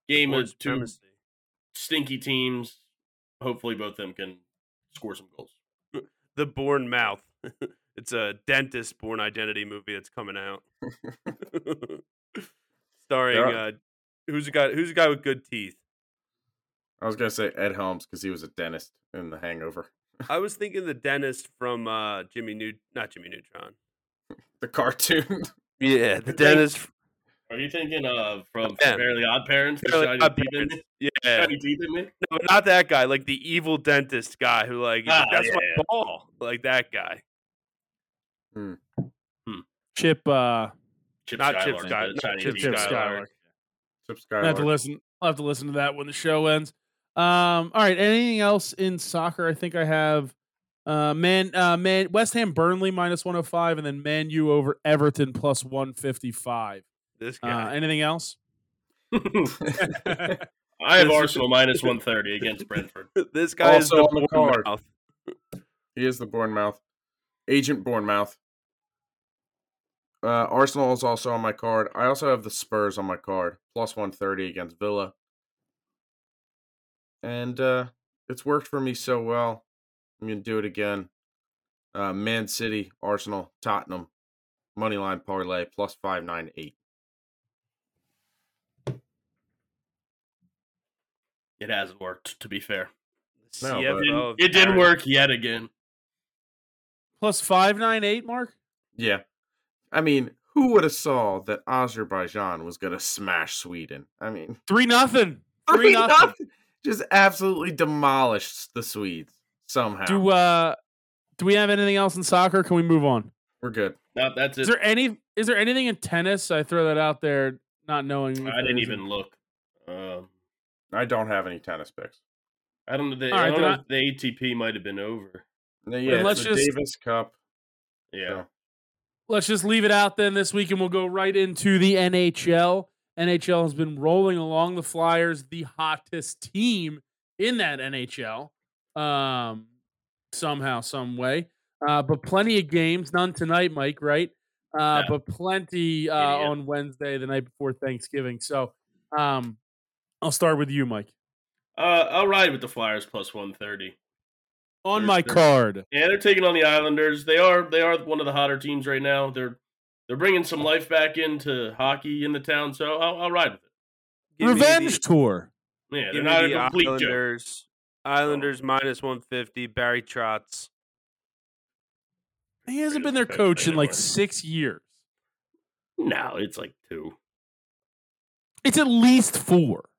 [SPEAKER 3] Game
[SPEAKER 4] Burn
[SPEAKER 3] of two
[SPEAKER 4] supremacy.
[SPEAKER 3] stinky teams. Hopefully, both them can score some goals.
[SPEAKER 4] The Born Mouth. [laughs] it's a dentist born identity movie that's coming
[SPEAKER 3] [laughs]
[SPEAKER 4] out. [laughs] Starring
[SPEAKER 5] There
[SPEAKER 4] uh who's a guy who's a guy with good teeth?
[SPEAKER 5] I was going to say Ed Helms because he was a dentist in The Hangover.
[SPEAKER 4] I was thinking the dentist from uh Jimmy New not Jimmy Neutron.
[SPEAKER 5] The cartoon. [laughs]
[SPEAKER 4] Yeah, the
[SPEAKER 3] Thank-
[SPEAKER 4] dentist
[SPEAKER 3] Are you thinking of from
[SPEAKER 4] Them.
[SPEAKER 3] Fairly Odd Parents? to
[SPEAKER 4] Fairly
[SPEAKER 3] Shiny
[SPEAKER 4] Odd
[SPEAKER 3] Teeth in
[SPEAKER 4] Parents.
[SPEAKER 3] Me?
[SPEAKER 4] Yeah.
[SPEAKER 3] Shiny Teeth in Me?
[SPEAKER 4] No, not that guy. Like the evil dentist guy who like he's like,
[SPEAKER 3] Ah,
[SPEAKER 4] that's
[SPEAKER 3] yeah,
[SPEAKER 4] my
[SPEAKER 3] yeah.
[SPEAKER 4] ball. Like that guy.
[SPEAKER 2] Chip. Uh,
[SPEAKER 3] Chip
[SPEAKER 4] Not Chip
[SPEAKER 3] Skylark,
[SPEAKER 4] Sky-
[SPEAKER 3] the
[SPEAKER 4] not
[SPEAKER 3] Shiny
[SPEAKER 4] Chip
[SPEAKER 3] Teeth
[SPEAKER 2] Chip Skylark.
[SPEAKER 3] Skylark.
[SPEAKER 5] Chip
[SPEAKER 2] I'll have to
[SPEAKER 5] Skylar.
[SPEAKER 2] listen. I'll have to listen to that when the show ends. Um, all right. Anything else in soccer? I think I have. Uh, man, uh, man, West Ham Burnley minus one hundred five, and then Man U over Everton plus one fifty five.
[SPEAKER 4] This
[SPEAKER 2] Uh,
[SPEAKER 4] guy.
[SPEAKER 2] anything
[SPEAKER 4] [laughs]
[SPEAKER 2] else?
[SPEAKER 3] [laughs] I have
[SPEAKER 4] This is-
[SPEAKER 3] Arsenal minus one thirty
[SPEAKER 4] [laughs]
[SPEAKER 3] against Brentford.
[SPEAKER 4] this guy is
[SPEAKER 5] also
[SPEAKER 4] the
[SPEAKER 5] on the
[SPEAKER 4] Bournemouth.
[SPEAKER 5] card. He is the Bournemouth. Agent Bournemouth. Uh, Arsenal is also on my card. I also have the Spurs on my card. Plus 130 against Villa. And uh, it's worked for me so well. I'm going to do it again. Uh, Man City, Arsenal, Tottenham. Moneyline parlay plus 598.
[SPEAKER 3] It has worked, to be fair.
[SPEAKER 5] No, but-
[SPEAKER 4] CFO
[SPEAKER 3] It didn't,
[SPEAKER 4] of
[SPEAKER 3] it didn't
[SPEAKER 4] Paris.
[SPEAKER 3] work yet again.
[SPEAKER 2] Plus five nine eight, Mark.
[SPEAKER 5] Yeah. I mean, who would have saw that Azerbaijan was going to smash Sweden? I mean,
[SPEAKER 2] Three nothing.
[SPEAKER 5] Three
[SPEAKER 2] Three nothing.
[SPEAKER 5] nothing. Just absolutely demolished the Swedes somehow.
[SPEAKER 2] Do uh, do we have anything else in soccer? Can we move on?
[SPEAKER 5] We're good.
[SPEAKER 3] No, that's
[SPEAKER 2] Is
[SPEAKER 3] it.
[SPEAKER 2] there any? Is there anything in tennis? I throw that out there, not knowing. if
[SPEAKER 3] I
[SPEAKER 2] there
[SPEAKER 3] didn't
[SPEAKER 2] is
[SPEAKER 3] even
[SPEAKER 2] any.
[SPEAKER 3] look. Um,
[SPEAKER 5] I don't have any tennis picks.
[SPEAKER 3] I don't know. The,
[SPEAKER 2] All right,
[SPEAKER 3] I don't
[SPEAKER 2] then
[SPEAKER 3] know if the ATP might have been over.
[SPEAKER 5] No, yeah,
[SPEAKER 2] let's
[SPEAKER 5] let's
[SPEAKER 2] just-
[SPEAKER 5] Davis Cup.
[SPEAKER 3] Yeah.
[SPEAKER 5] No.
[SPEAKER 2] Let's just leave it out then this week, and we'll go right into the NHL. NHL has been rolling along the Flyers, the hottest team in that NHL, um, somehow, some way. Uh, but plenty of games, none tonight, Mike. Right? Uh,
[SPEAKER 3] No.
[SPEAKER 2] But plenty uh,
[SPEAKER 3] Idiot.
[SPEAKER 2] on Wednesday, the night before Thanksgiving. So, um, I'll start with you, Mike.
[SPEAKER 3] Uh, I'll ride with the Flyers plus one thirty.
[SPEAKER 2] On
[SPEAKER 3] There's-
[SPEAKER 2] my
[SPEAKER 3] there's-
[SPEAKER 2] card,
[SPEAKER 3] Yeah, they're taking on the Islanders. They are they are one of the hotter teams right now. They're they're bringing some life back into hockey in the town, so I'll, I'll ride with it.
[SPEAKER 4] Give me
[SPEAKER 2] revenge
[SPEAKER 4] the-
[SPEAKER 2] tour.
[SPEAKER 3] Yeah, they're
[SPEAKER 4] give
[SPEAKER 3] not
[SPEAKER 4] me
[SPEAKER 3] a
[SPEAKER 4] the
[SPEAKER 3] complete joke.
[SPEAKER 4] Islanders. Islanders minus one fifty. Barry Trotz.
[SPEAKER 2] He hasn't
[SPEAKER 3] Greatest
[SPEAKER 2] been their
[SPEAKER 3] coach
[SPEAKER 2] coach in like
[SPEAKER 3] anywhere.
[SPEAKER 2] six years.
[SPEAKER 3] No, it's like two.
[SPEAKER 2] It's at least four.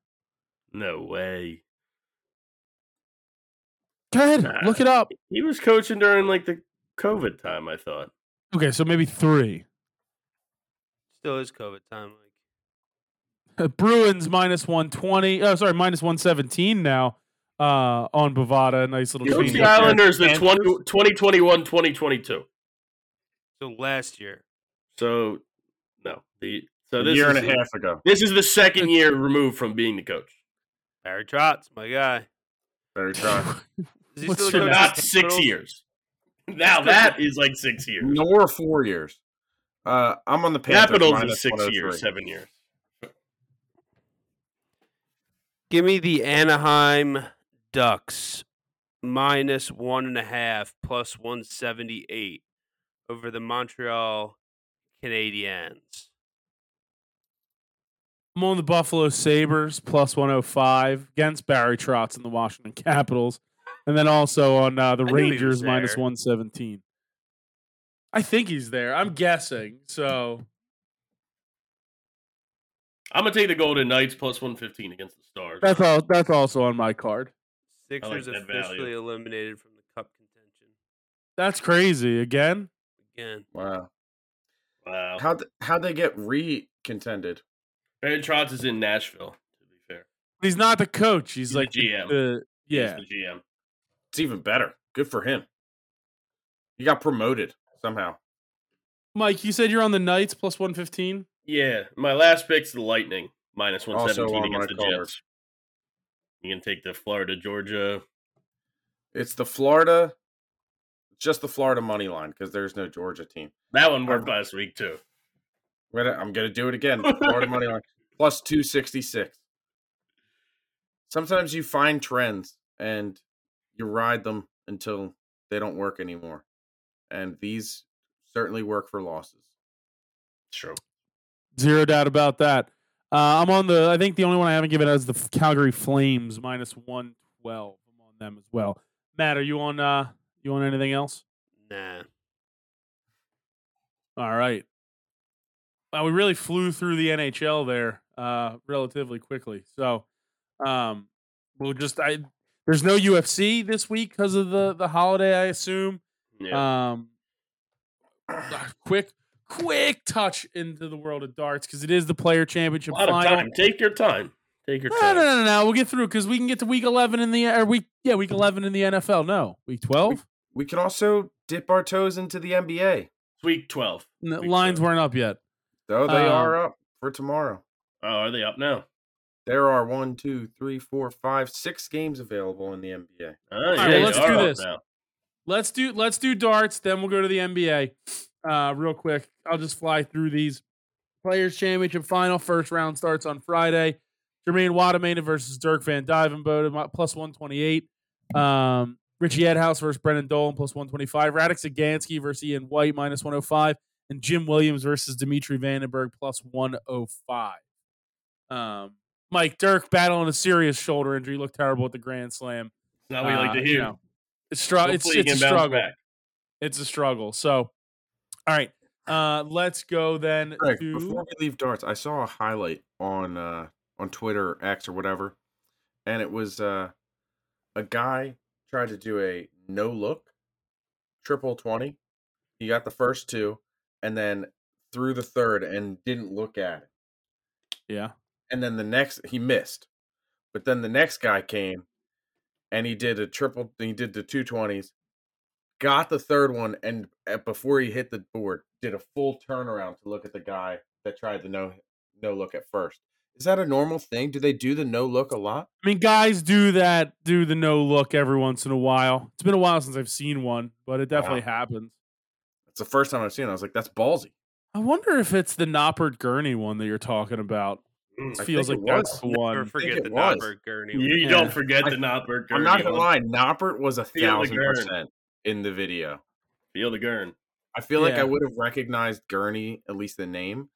[SPEAKER 3] No way.
[SPEAKER 2] Go ahead,
[SPEAKER 3] Nah.
[SPEAKER 2] look it up.
[SPEAKER 3] He was coaching during like the COVID time. I thought.
[SPEAKER 2] Okay, so maybe three.
[SPEAKER 4] Still is COVID time. Like
[SPEAKER 2] Uh, Bruins minus one twenty. Oh, sorry, minus one seventeen now uh, on Bovada. Nice little
[SPEAKER 3] He coached
[SPEAKER 2] change.
[SPEAKER 3] the
[SPEAKER 2] up there.
[SPEAKER 3] Islanders the
[SPEAKER 2] Panthers?
[SPEAKER 3] 20, 2021, 2022.
[SPEAKER 4] So last year.
[SPEAKER 3] So no, the so
[SPEAKER 5] a
[SPEAKER 3] this
[SPEAKER 5] year
[SPEAKER 3] is
[SPEAKER 5] and a
[SPEAKER 3] the-
[SPEAKER 5] half ago.
[SPEAKER 3] This is the second year removed from being the coach.
[SPEAKER 4] Barry Trotz, my guy.
[SPEAKER 2] [laughs]
[SPEAKER 3] [laughs]
[SPEAKER 5] Better try.
[SPEAKER 4] Is he
[SPEAKER 2] What's
[SPEAKER 4] still the
[SPEAKER 2] your-
[SPEAKER 4] coach of
[SPEAKER 3] Not
[SPEAKER 4] the
[SPEAKER 3] six
[SPEAKER 4] Capitals?
[SPEAKER 3] years. Now that is like six years.
[SPEAKER 5] Nor four years. Uh, I'm on the Panthers.
[SPEAKER 3] Capitals
[SPEAKER 5] minus
[SPEAKER 3] is six
[SPEAKER 5] 103.
[SPEAKER 3] years, seven years.
[SPEAKER 4] Give me the Anaheim Ducks minus one and a half plus 178 over the Montreal Canadiens.
[SPEAKER 2] I'm on the Buffalo Sabres plus 105 against Barry Trotz and the Washington Capitals, and then also on uh, the
[SPEAKER 4] knew he
[SPEAKER 2] Rangers
[SPEAKER 4] was
[SPEAKER 2] minus
[SPEAKER 4] there.
[SPEAKER 2] 117. I think he's there. I'm guessing. So
[SPEAKER 3] I'm gonna take the Golden Knights plus one fifteen against the Stars.
[SPEAKER 2] that's all. That's also on my card.
[SPEAKER 4] Sixers
[SPEAKER 3] that value.
[SPEAKER 4] officially eliminated from the cup contention
[SPEAKER 2] That's crazy. Again,
[SPEAKER 4] again.
[SPEAKER 5] Wow.
[SPEAKER 3] Wow.
[SPEAKER 5] How how'd they get re-contended?
[SPEAKER 3] Barry Trotz is in Nashville. To be fair,
[SPEAKER 2] he's not the coach. He's,
[SPEAKER 3] He's
[SPEAKER 2] like
[SPEAKER 3] the GM.
[SPEAKER 2] the-
[SPEAKER 3] He's
[SPEAKER 2] Uh, yeah.
[SPEAKER 3] the GM.
[SPEAKER 5] It's even better. Good for him. He got promoted somehow.
[SPEAKER 2] Mike, you said you're on the Knights plus 115.
[SPEAKER 3] Yeah, my last pick's the Lightning minus one
[SPEAKER 5] Also
[SPEAKER 3] seventeen
[SPEAKER 5] on my
[SPEAKER 3] against the
[SPEAKER 5] card.
[SPEAKER 3] Jets. You can take the Florida Georgia.
[SPEAKER 5] It's the Florida, just the Florida money line because there's no Georgia team.
[SPEAKER 3] That one worked last week too.
[SPEAKER 5] I'm gonna, I'm gonna do it again. Florida money line plus two sixty six. Sometimes you find trends and you ride them until they don't work anymore, and these certainly work for losses.
[SPEAKER 3] True.
[SPEAKER 2] Zero doubt about that. Uh, I'm on the. I think the only one I haven't given out is the F- Calgary Flames minus one twelve. I'm on them as well. Matt, are you on? Uh, you on anything else?
[SPEAKER 4] Nah.
[SPEAKER 2] All right. Wow, we really flew through the NHL there uh, relatively quickly. So um, we'll just. I there's no UFC this week because of the the holiday. I assume.
[SPEAKER 3] Yeah.
[SPEAKER 2] Um,
[SPEAKER 3] [clears throat]
[SPEAKER 2] ah, quick, quick touch into the world of darts because it is the Player Championship
[SPEAKER 3] a lot of
[SPEAKER 2] final.
[SPEAKER 3] time. Take your time. Take your
[SPEAKER 2] No,
[SPEAKER 3] time.
[SPEAKER 2] no, no, no, no. We'll get through because we can get to week eleven in the or week yeah week eleven in the NFL. No, week twelve.
[SPEAKER 5] We can also dip our toes into the NBA,
[SPEAKER 3] It's week twelve.
[SPEAKER 2] No,
[SPEAKER 3] Week
[SPEAKER 2] lines
[SPEAKER 3] 12.
[SPEAKER 2] weren't up yet.
[SPEAKER 5] though they
[SPEAKER 2] Um,
[SPEAKER 5] are up for tomorrow.
[SPEAKER 3] Oh, are they up now?
[SPEAKER 5] There are one, two, three, four, five, six games available in the NBA.
[SPEAKER 3] All right,
[SPEAKER 2] right,
[SPEAKER 3] they
[SPEAKER 2] let's
[SPEAKER 3] are
[SPEAKER 2] do
[SPEAKER 3] up
[SPEAKER 2] this.
[SPEAKER 3] now.
[SPEAKER 2] Let's do let's do darts. Then we'll go to the NBA. Uh, real quick, I'll just fly through these. Players Championship Final first round starts on Friday. Jermaine Watamena versus Dirk Van Dijvenbode mi- plus one twenty eight. Um, Richie Edhouse versus Brendan Dolan plus one twenty five. Radek Sagansky versus Ian White minus one hundred five, and Jim Williams versus Dimitri Vandenberg plus one hundred five. Um, Mike Dirk battling a serious shoulder injury, looked terrible at the Grand Slam.
[SPEAKER 3] It's not what you
[SPEAKER 2] Uh,
[SPEAKER 3] like to
[SPEAKER 2] you
[SPEAKER 3] hear.
[SPEAKER 2] know, It's struggle. It's,
[SPEAKER 3] Hopefully you
[SPEAKER 2] it's a
[SPEAKER 3] can bounce
[SPEAKER 2] struggle
[SPEAKER 3] back.
[SPEAKER 2] it's a struggle. So, all right, uh, let's go then
[SPEAKER 5] Greg,
[SPEAKER 2] to
[SPEAKER 5] before we leave darts, I saw a highlight on uh, on Twitter or X or whatever, and it was uh, a guy tried to do a no look triple twenty. He got the first two, and then threw the third and didn't look at it.
[SPEAKER 2] yeah.
[SPEAKER 5] And then the next he missed, but then the next guy came, and he did a triple. He did the two twenties, got the third one, and uh, before he hit the board, did a full turnaround to look at the guy that tried the no no look at first. Is that a normal thing? Do they do the no look a lot?
[SPEAKER 2] I mean, guys do that, do the no look every once in a while. It's been a while since I've seen one, but it definitely happens.
[SPEAKER 5] That's the first time I've seen. it. I was like, that's ballsy.
[SPEAKER 2] I wonder if it's the Noppert Gurney one that you're talking about.
[SPEAKER 3] Mm, I
[SPEAKER 2] It
[SPEAKER 5] think
[SPEAKER 2] feels
[SPEAKER 5] it
[SPEAKER 2] like that's
[SPEAKER 5] was.
[SPEAKER 2] the
[SPEAKER 4] Never
[SPEAKER 2] one.
[SPEAKER 4] forget
[SPEAKER 5] it
[SPEAKER 4] the
[SPEAKER 5] was.
[SPEAKER 4] Dobber Gurney.
[SPEAKER 3] You,
[SPEAKER 4] one.
[SPEAKER 3] you
[SPEAKER 2] Yeah.
[SPEAKER 3] don't forget
[SPEAKER 5] I-
[SPEAKER 3] the Noppert.
[SPEAKER 5] I'm not gonna lie, Noppert was a
[SPEAKER 3] Feel the
[SPEAKER 5] thousand
[SPEAKER 3] gurn.
[SPEAKER 5] percent in the video.
[SPEAKER 3] Feel the [laughs] Gurn.
[SPEAKER 5] I feel like
[SPEAKER 2] Yeah.
[SPEAKER 5] I would have recognized Gurney at least the name,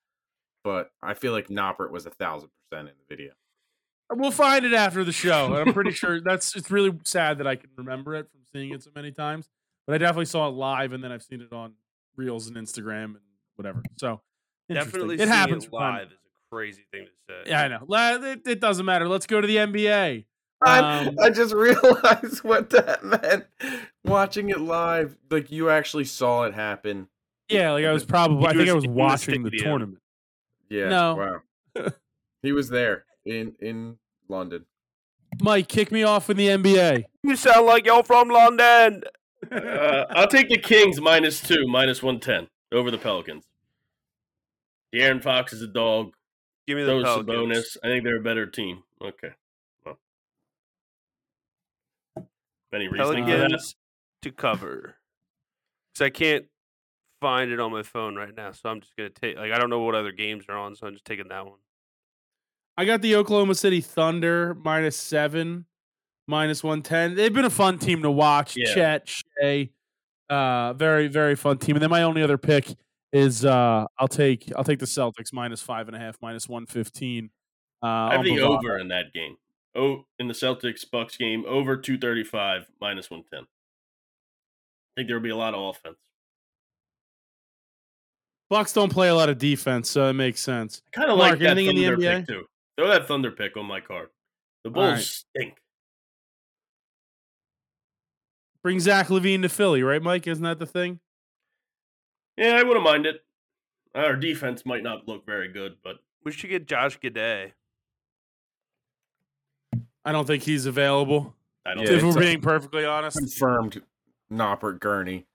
[SPEAKER 5] but I feel like Noppert was a thousand percent in the video.
[SPEAKER 2] We'll find it after the show. And I'm pretty sure that's it's really sad that I can remember it from seeing it so many times. But I definitely saw it live and then I've seen it on Reels and Instagram and whatever. So interesting.
[SPEAKER 4] Definitely
[SPEAKER 2] it
[SPEAKER 4] seeing
[SPEAKER 2] happens
[SPEAKER 4] it
[SPEAKER 2] from time to
[SPEAKER 4] live is a crazy thing to say.
[SPEAKER 2] Yeah, I know. La- It, it doesn't matter. Let's go to the NBA.
[SPEAKER 5] I,
[SPEAKER 2] Um,
[SPEAKER 5] I just [laughs] realized what that meant. Watching it live, like you actually saw it happen.
[SPEAKER 2] yeah, like I was probably.
[SPEAKER 4] He
[SPEAKER 2] I think I
[SPEAKER 4] was
[SPEAKER 2] was
[SPEAKER 4] in the
[SPEAKER 2] watching the,
[SPEAKER 4] stadium.
[SPEAKER 2] tournament.
[SPEAKER 5] Yeah.
[SPEAKER 2] No. [laughs]
[SPEAKER 5] Wow. he was there in in London.
[SPEAKER 2] Mike, kick me off in the NBA.
[SPEAKER 4] You sound like you're from London.
[SPEAKER 3] Uh, I'll take the Kings minus two, minus one ten over the Pelicans. De'Aaron Fox is a dog.
[SPEAKER 4] Give me the
[SPEAKER 3] So is
[SPEAKER 4] Pelicans.
[SPEAKER 3] Sabonis. I think they're a better team. Okay. Well. Any reasoning for that?
[SPEAKER 4] Pelicans to cover. Because I can't find it on my phone right now, so I'm just gonna take. Like I don't know what other games are on, so I'm just taking that one.
[SPEAKER 2] I got the Oklahoma City Thunder minus seven, minus one ten. They've been a fun team to watch.
[SPEAKER 3] Yeah.
[SPEAKER 2] Chet Shea, uh, very very fun team. And then my only other pick is uh, I'll take I'll take the Celtics minus five and a half, minus one fifteen. Uh,
[SPEAKER 3] I
[SPEAKER 2] on
[SPEAKER 3] have the
[SPEAKER 2] Bovada.
[SPEAKER 3] over in that game. Oh, in the Celtics Bucks game, over 235, minus 110. I think there will be a lot of offense.
[SPEAKER 2] Bucks don't play a lot of defense, so it makes sense.
[SPEAKER 3] I kind of
[SPEAKER 2] Mark,
[SPEAKER 3] like that
[SPEAKER 2] anything in the
[SPEAKER 3] Thunder
[SPEAKER 2] NBA?
[SPEAKER 3] pick, too. Throw that Thunder pick on my card. The
[SPEAKER 2] All
[SPEAKER 3] Bulls
[SPEAKER 2] right.
[SPEAKER 3] stink.
[SPEAKER 2] Bring Zach Levine to Philly, right, Mike? Isn't that the thing?
[SPEAKER 3] Yeah, I wouldn't mind it. Our defense might not look very good, but
[SPEAKER 4] We should get Josh Gidey.
[SPEAKER 2] I don't think he's available.
[SPEAKER 3] I don't
[SPEAKER 5] Yeah,
[SPEAKER 3] think
[SPEAKER 2] if we're
[SPEAKER 5] it's a-
[SPEAKER 2] being perfectly honest,
[SPEAKER 5] Confirmed Noppert Gurney.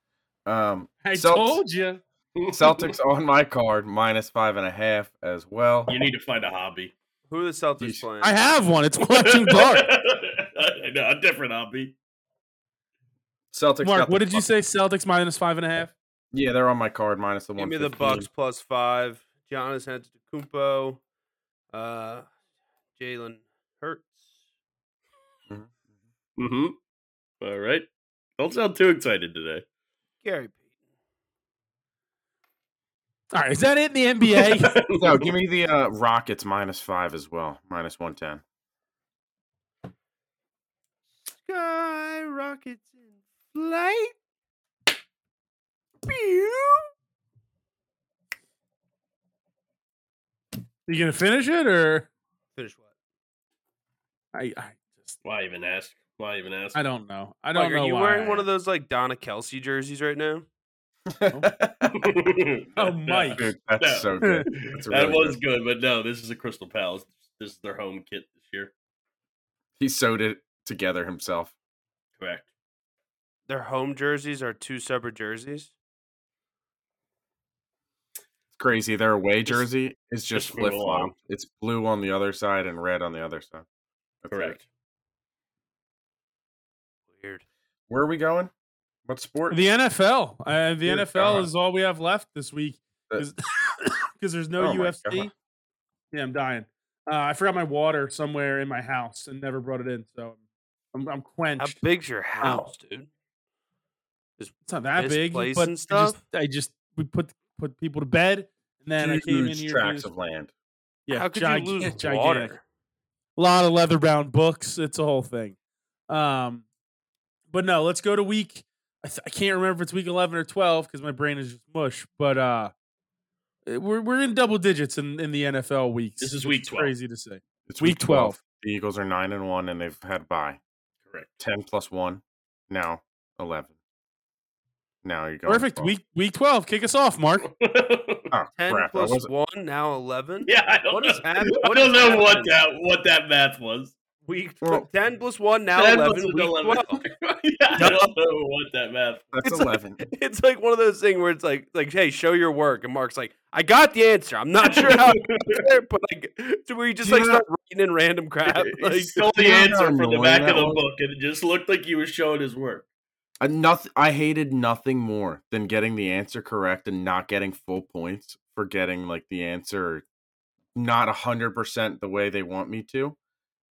[SPEAKER 5] Um,
[SPEAKER 2] I
[SPEAKER 5] Celt-
[SPEAKER 2] told you.
[SPEAKER 3] [laughs]
[SPEAKER 2] [laughs]
[SPEAKER 5] Celtics on my card, minus five and a half as well.
[SPEAKER 3] you need to find a
[SPEAKER 2] [laughs]
[SPEAKER 3] hobby.
[SPEAKER 4] Who are the Celtics
[SPEAKER 5] Yeesh.
[SPEAKER 4] playing?
[SPEAKER 2] I have one.
[SPEAKER 5] [laughs]
[SPEAKER 2] It's watching
[SPEAKER 3] [laughs]
[SPEAKER 2] Clark.
[SPEAKER 3] I know, a different hobby.
[SPEAKER 5] Celtics. got
[SPEAKER 2] Mark,
[SPEAKER 5] the
[SPEAKER 2] what did you
[SPEAKER 5] Bucks.
[SPEAKER 2] say? Celtics minus five and a half.
[SPEAKER 5] Yeah, they're on my card, minus the
[SPEAKER 4] Give
[SPEAKER 5] one.
[SPEAKER 4] me the Bucks plus five. Giannis Antetokounmpo. Uh, Jalen Hurts.
[SPEAKER 3] Mm-hmm. All right. Don't sound too excited today.
[SPEAKER 4] Gary Payton.
[SPEAKER 2] All right, is that it in the NBA?
[SPEAKER 5] No, give me the uh, Rockets minus five as well, minus one ten.
[SPEAKER 4] Sky rockets in flight. Pew.
[SPEAKER 2] [laughs] you gonna finish it or
[SPEAKER 4] Finish what?
[SPEAKER 2] I? I just
[SPEAKER 3] [laughs] Why even ask? Why even ask?
[SPEAKER 2] [laughs] I don't know. I don't
[SPEAKER 4] Like,
[SPEAKER 2] know.
[SPEAKER 4] are you
[SPEAKER 2] why
[SPEAKER 4] wearing
[SPEAKER 2] I
[SPEAKER 4] one of
[SPEAKER 2] am.
[SPEAKER 4] those like Donna Kelsey jerseys right now? Oh,
[SPEAKER 2] Oh, Mike.
[SPEAKER 5] [laughs]
[SPEAKER 3] [laughs]
[SPEAKER 5] Dude, that's
[SPEAKER 3] No.
[SPEAKER 5] so good.
[SPEAKER 3] [laughs]
[SPEAKER 5] That's really
[SPEAKER 3] that was good,
[SPEAKER 5] good.
[SPEAKER 3] but no, this is a Crystal Palace. This is their home kit this year.
[SPEAKER 5] He sewed it together himself.
[SPEAKER 3] Correct. [laughs]
[SPEAKER 4] Their home jerseys are two separate jerseys.
[SPEAKER 5] It's crazy. Their away
[SPEAKER 3] Just-
[SPEAKER 5] jersey is just
[SPEAKER 3] just for the
[SPEAKER 5] flip flop.
[SPEAKER 3] lawn.
[SPEAKER 5] It's blue on the other side and red on the other side. That's it.
[SPEAKER 3] Correct.
[SPEAKER 4] Weird.
[SPEAKER 5] Where are we going? What sport?
[SPEAKER 2] the NFL? Uh, the
[SPEAKER 5] Dear
[SPEAKER 2] NFL
[SPEAKER 4] uh-huh.
[SPEAKER 5] God.
[SPEAKER 2] is all we have left this week
[SPEAKER 5] Uh,
[SPEAKER 2] [coughs] because there's no
[SPEAKER 5] oh my
[SPEAKER 2] UFC.
[SPEAKER 5] God.
[SPEAKER 2] Yeah, I'm dying. Uh, I forgot my water somewhere in my house and never brought it in, so I'm, I'm
[SPEAKER 4] How
[SPEAKER 2] quenched.
[SPEAKER 4] big's your house, dude?
[SPEAKER 2] It's not that
[SPEAKER 4] this
[SPEAKER 2] big,
[SPEAKER 4] place
[SPEAKER 2] but
[SPEAKER 4] and
[SPEAKER 2] I just-
[SPEAKER 4] stuff?
[SPEAKER 2] I just, we put put people to bed, and then I came in
[SPEAKER 5] Huge
[SPEAKER 2] here. to
[SPEAKER 5] tracts
[SPEAKER 2] this-
[SPEAKER 5] of land.
[SPEAKER 2] yeah,
[SPEAKER 4] How could
[SPEAKER 2] gigan-
[SPEAKER 4] you lose
[SPEAKER 2] [laughs] gigantic.
[SPEAKER 4] water?
[SPEAKER 2] a lot of leather bound books. It's a whole thing. Um, but no, let's go to week. I, th- I can't remember if it's week eleven or twelve because my brain is just mush. But uh, eh, we're we're in double digits in, in the NFL weeks.
[SPEAKER 3] This is
[SPEAKER 2] which
[SPEAKER 3] week 12.
[SPEAKER 2] Crazy to say.
[SPEAKER 5] It's
[SPEAKER 2] Week 12.
[SPEAKER 5] The Eagles are nine and one, and they've had a bye.
[SPEAKER 3] Correct.
[SPEAKER 5] Ten plus one, now eleven. Now you're going
[SPEAKER 2] Perfect.
[SPEAKER 5] 12.
[SPEAKER 2] Week week twelve. Kick us off, Mark.
[SPEAKER 5] Oh,
[SPEAKER 4] 10
[SPEAKER 5] crap. I
[SPEAKER 4] plus
[SPEAKER 5] wasn't-
[SPEAKER 4] 1, now 11?
[SPEAKER 3] yeah, I don't
[SPEAKER 4] What
[SPEAKER 3] know.
[SPEAKER 4] is happening?
[SPEAKER 3] I don't know what that what that math was.
[SPEAKER 4] Week
[SPEAKER 5] Well-
[SPEAKER 4] 10 plus 1, now
[SPEAKER 3] 10
[SPEAKER 4] 11.
[SPEAKER 3] plus
[SPEAKER 4] Week
[SPEAKER 3] 11.
[SPEAKER 4] 12.
[SPEAKER 3] [laughs] yeah, I don't know what that
[SPEAKER 4] [laughs]
[SPEAKER 3] math.
[SPEAKER 5] That's
[SPEAKER 4] It's like-
[SPEAKER 5] eleven.
[SPEAKER 4] [laughs] It's like one of those things where it's like, like, hey, show your work. And Mark's like, I got the answer.
[SPEAKER 5] [laughs]
[SPEAKER 4] I'm not sure how I got there, but like, [laughs] to where you just like
[SPEAKER 5] Yeah.
[SPEAKER 4] start writing in
[SPEAKER 5] [laughs]
[SPEAKER 4] random crap.
[SPEAKER 3] he
[SPEAKER 4] Like, ah,
[SPEAKER 3] stole
[SPEAKER 5] you
[SPEAKER 3] the
[SPEAKER 5] know
[SPEAKER 4] [laughs]
[SPEAKER 5] how
[SPEAKER 3] answer from the
[SPEAKER 5] annoying
[SPEAKER 3] back of
[SPEAKER 5] that
[SPEAKER 3] the
[SPEAKER 5] was?
[SPEAKER 3] book, and it just looked like he was showing his work.
[SPEAKER 5] I, Uh, noth- I hated nothing more than getting the answer correct and not getting full points for getting like the answer not a hundred percent the way they want me to.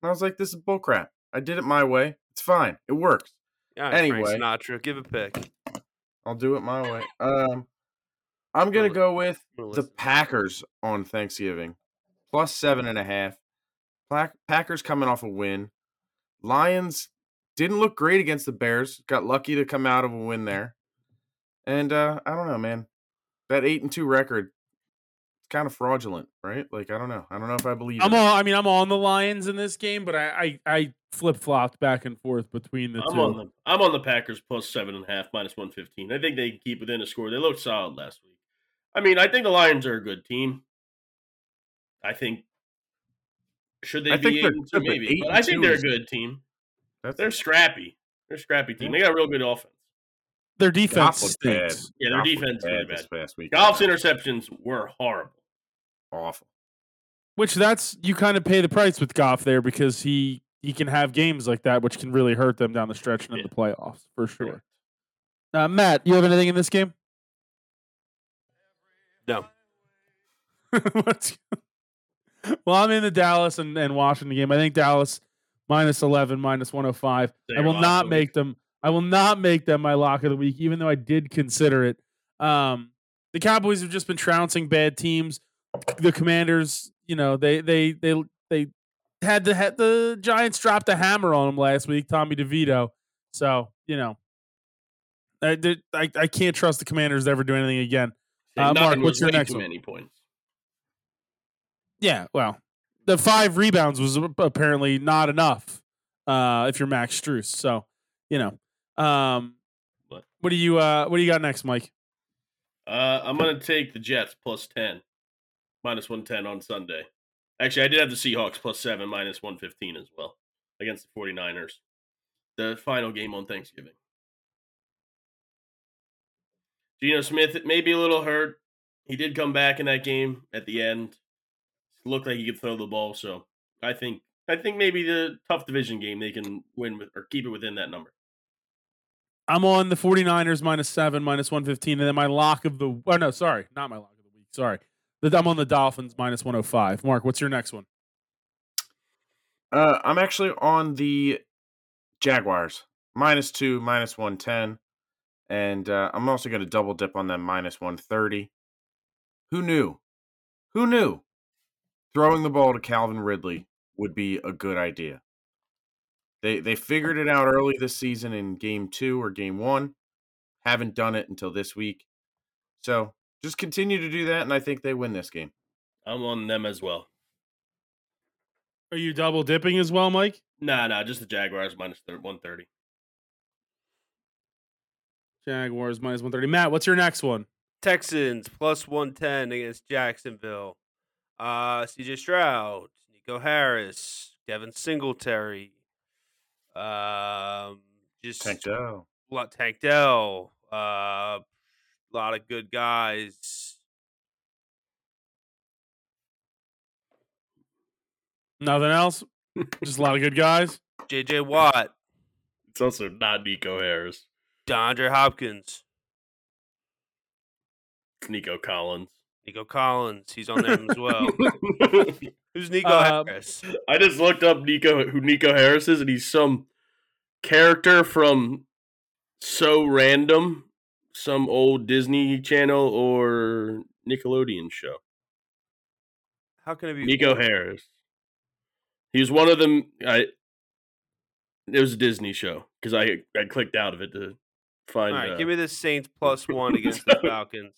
[SPEAKER 5] And I was like, this is bullcrap. I did it my way. It's fine. It works.
[SPEAKER 4] all right, Frank
[SPEAKER 5] Anyway.
[SPEAKER 4] Sinatra, give a pick.
[SPEAKER 5] I'll do it my way. Um, I'm gonna
[SPEAKER 4] Well,
[SPEAKER 5] go with
[SPEAKER 4] I'm gonna
[SPEAKER 5] the
[SPEAKER 4] listen.
[SPEAKER 5] Packers on Thanksgiving, plus seven and a half. Pack- Packers coming off a win. Lions didn't look great against the Bears. Got lucky to come out of a win there. And uh, I don't know, man. That eight and two record, it's kind of fraudulent, right? Like I don't know. I don't know if I believe.
[SPEAKER 2] I'm
[SPEAKER 5] in it.
[SPEAKER 2] on. I mean, I'm on the Lions in this game, but I I, I flip flopped back and forth between the
[SPEAKER 3] I'm
[SPEAKER 2] two.
[SPEAKER 3] on the I'm on the Packers plus seven and a half, minus one fifteen. I think they can keep within a score. They looked solid last week. I mean, I think the Lions are a good team. I think should they
[SPEAKER 5] I
[SPEAKER 3] be
[SPEAKER 5] think
[SPEAKER 3] eight
[SPEAKER 5] they're
[SPEAKER 3] and two?
[SPEAKER 5] good, but
[SPEAKER 3] Maybe,
[SPEAKER 5] eight
[SPEAKER 3] but
[SPEAKER 5] and
[SPEAKER 3] I think
[SPEAKER 5] two
[SPEAKER 3] they're a
[SPEAKER 5] is-
[SPEAKER 3] good team.
[SPEAKER 5] That's-
[SPEAKER 3] They're scrappy. They're a scrappy team. They got a real good offense.
[SPEAKER 2] Their defense
[SPEAKER 5] Goff looked bad.
[SPEAKER 2] stinks.
[SPEAKER 3] Yeah, their
[SPEAKER 5] Goff looked
[SPEAKER 3] defense really
[SPEAKER 5] this
[SPEAKER 3] bad.
[SPEAKER 5] past week.
[SPEAKER 3] Goff's interceptions were horrible.
[SPEAKER 5] awful.
[SPEAKER 2] Which that's you kind of pay the price with Goff there because he he can have games like that which can really hurt them down the stretch and in
[SPEAKER 3] Yeah.
[SPEAKER 2] the playoffs for sure. Uh, Matt, you have anything in this game?
[SPEAKER 4] No.
[SPEAKER 2] [laughs] What's- well, I'm in the Dallas and, and Washington game. I think Dallas minus eleven, minus one hundred five. I
[SPEAKER 3] They're
[SPEAKER 2] will
[SPEAKER 3] lost
[SPEAKER 2] not
[SPEAKER 3] the
[SPEAKER 2] make them. I will not make them my lock of the week, even though I did consider it. Um, the Cowboys have just been trouncing bad teams. The Commanders, you know, they they they they had the had the Giants dropped a hammer on them last week. Tommy DeVito. So you know, I did, I, I can't trust the Commanders to ever do anything again. Uh,
[SPEAKER 3] Nothing
[SPEAKER 2] Mark,
[SPEAKER 3] was
[SPEAKER 2] what's your
[SPEAKER 3] way
[SPEAKER 2] next
[SPEAKER 3] too
[SPEAKER 2] one?
[SPEAKER 3] Many points.
[SPEAKER 2] Yeah, well, the five rebounds was ap- apparently not enough. Uh, if you're Max Struess, so you know, um,
[SPEAKER 3] What?
[SPEAKER 2] what do you uh, what do you got next, Mike?
[SPEAKER 3] Uh, I'm gonna take the Jets plus ten, minus one ten on Sunday. Actually, I did have the Seahawks plus seven, minus one fifteen as well against the 49ers. The final game on Thanksgiving. Geno Smith may be a little hurt. He did come back in that game at the end. Looked like he could throw the ball, so I think I think maybe the tough division game they can win with or keep it within that number.
[SPEAKER 2] I'm on the 49ers minus seven, minus 115, and then my lock of the oh no, sorry, not my lock of the week, sorry. The- I'm on the Dolphins minus 105. Mark, what's your next one?
[SPEAKER 5] Uh, I'm actually on the Jaguars minus two, minus one ten, and uh, I'm also going to double dip on them minus one thirty. Who knew? Who knew? Throwing the ball to Calvin Ridley would be a good idea. They they figured it out early this season in game two or game one. Haven't done it until this week. So just continue to do that, and I think they win this game.
[SPEAKER 3] I'm on them as well.
[SPEAKER 2] Are you double dipping as well, Mike?
[SPEAKER 3] Nah, nah, just the Jaguars minus thir- 130.
[SPEAKER 2] Jaguars minus 130. Matt, what's your next one?
[SPEAKER 4] Texans plus 110 against Jacksonville. Uh, CJ Stroud, Nico Harris, Devin Singletary. Um, just
[SPEAKER 5] Tank Dell.
[SPEAKER 4] a lot Tank Dell. A uh, lot of good guys.
[SPEAKER 2] Nothing [laughs] else? Just a lot of good guys.
[SPEAKER 4] JJ Watt,
[SPEAKER 3] It's also not Nico Harris.
[SPEAKER 4] DeAndre Hopkins,
[SPEAKER 3] It's Nico Collins.
[SPEAKER 4] Nico Collins. He's on them
[SPEAKER 3] [laughs]
[SPEAKER 4] as well. Who's Nico
[SPEAKER 2] Um,
[SPEAKER 4] Harris?
[SPEAKER 3] I just looked up Nico who Nico Harris is, and he's some character from so random, some old Disney Channel or Nickelodeon show.
[SPEAKER 4] How can it be
[SPEAKER 3] Nico Harris. He was one of them. I. It was a Disney show because I I clicked out of it to
[SPEAKER 4] All
[SPEAKER 3] find.
[SPEAKER 4] right,
[SPEAKER 3] uh,
[SPEAKER 4] give me the Saints plus one against the Falcons.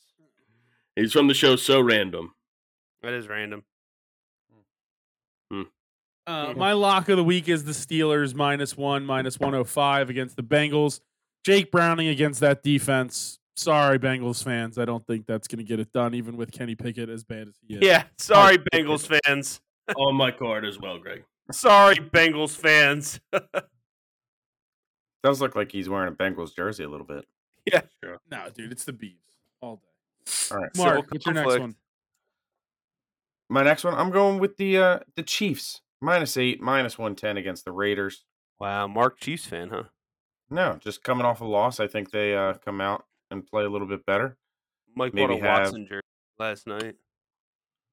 [SPEAKER 3] he's from the show So
[SPEAKER 4] [laughs]
[SPEAKER 3] Random.
[SPEAKER 4] That is random.
[SPEAKER 2] Uh,
[SPEAKER 3] Mhm.
[SPEAKER 2] my lock of the week is the Steelers minus one, minus 105 against the Bengals. Jake Browning against that defense. Sorry, Bengals fans. I don't think that's going to get it done, even with Kenny Pickett as bad as he is.
[SPEAKER 4] Yeah, sorry, Bengals fans.
[SPEAKER 3] on my card as well, Greg.
[SPEAKER 4] Sorry, Bengals fans.
[SPEAKER 5] Does look like he's wearing a Bengals jersey a little bit.
[SPEAKER 2] No, dude, it's the Beavs all day.
[SPEAKER 5] All right.
[SPEAKER 4] Civil
[SPEAKER 2] Mark, what's your next
[SPEAKER 4] conflict.
[SPEAKER 2] one?
[SPEAKER 5] My next one, I'm going with the uh the Chiefs minus eight, minus one ten against the Raiders.
[SPEAKER 4] Wow, Mark Chiefs fan, huh?
[SPEAKER 5] No, just coming off a loss, I think they uh come out and play a little bit better.
[SPEAKER 4] Mike
[SPEAKER 5] Maybe
[SPEAKER 4] bought a
[SPEAKER 5] have-
[SPEAKER 4] Watson jersey last night.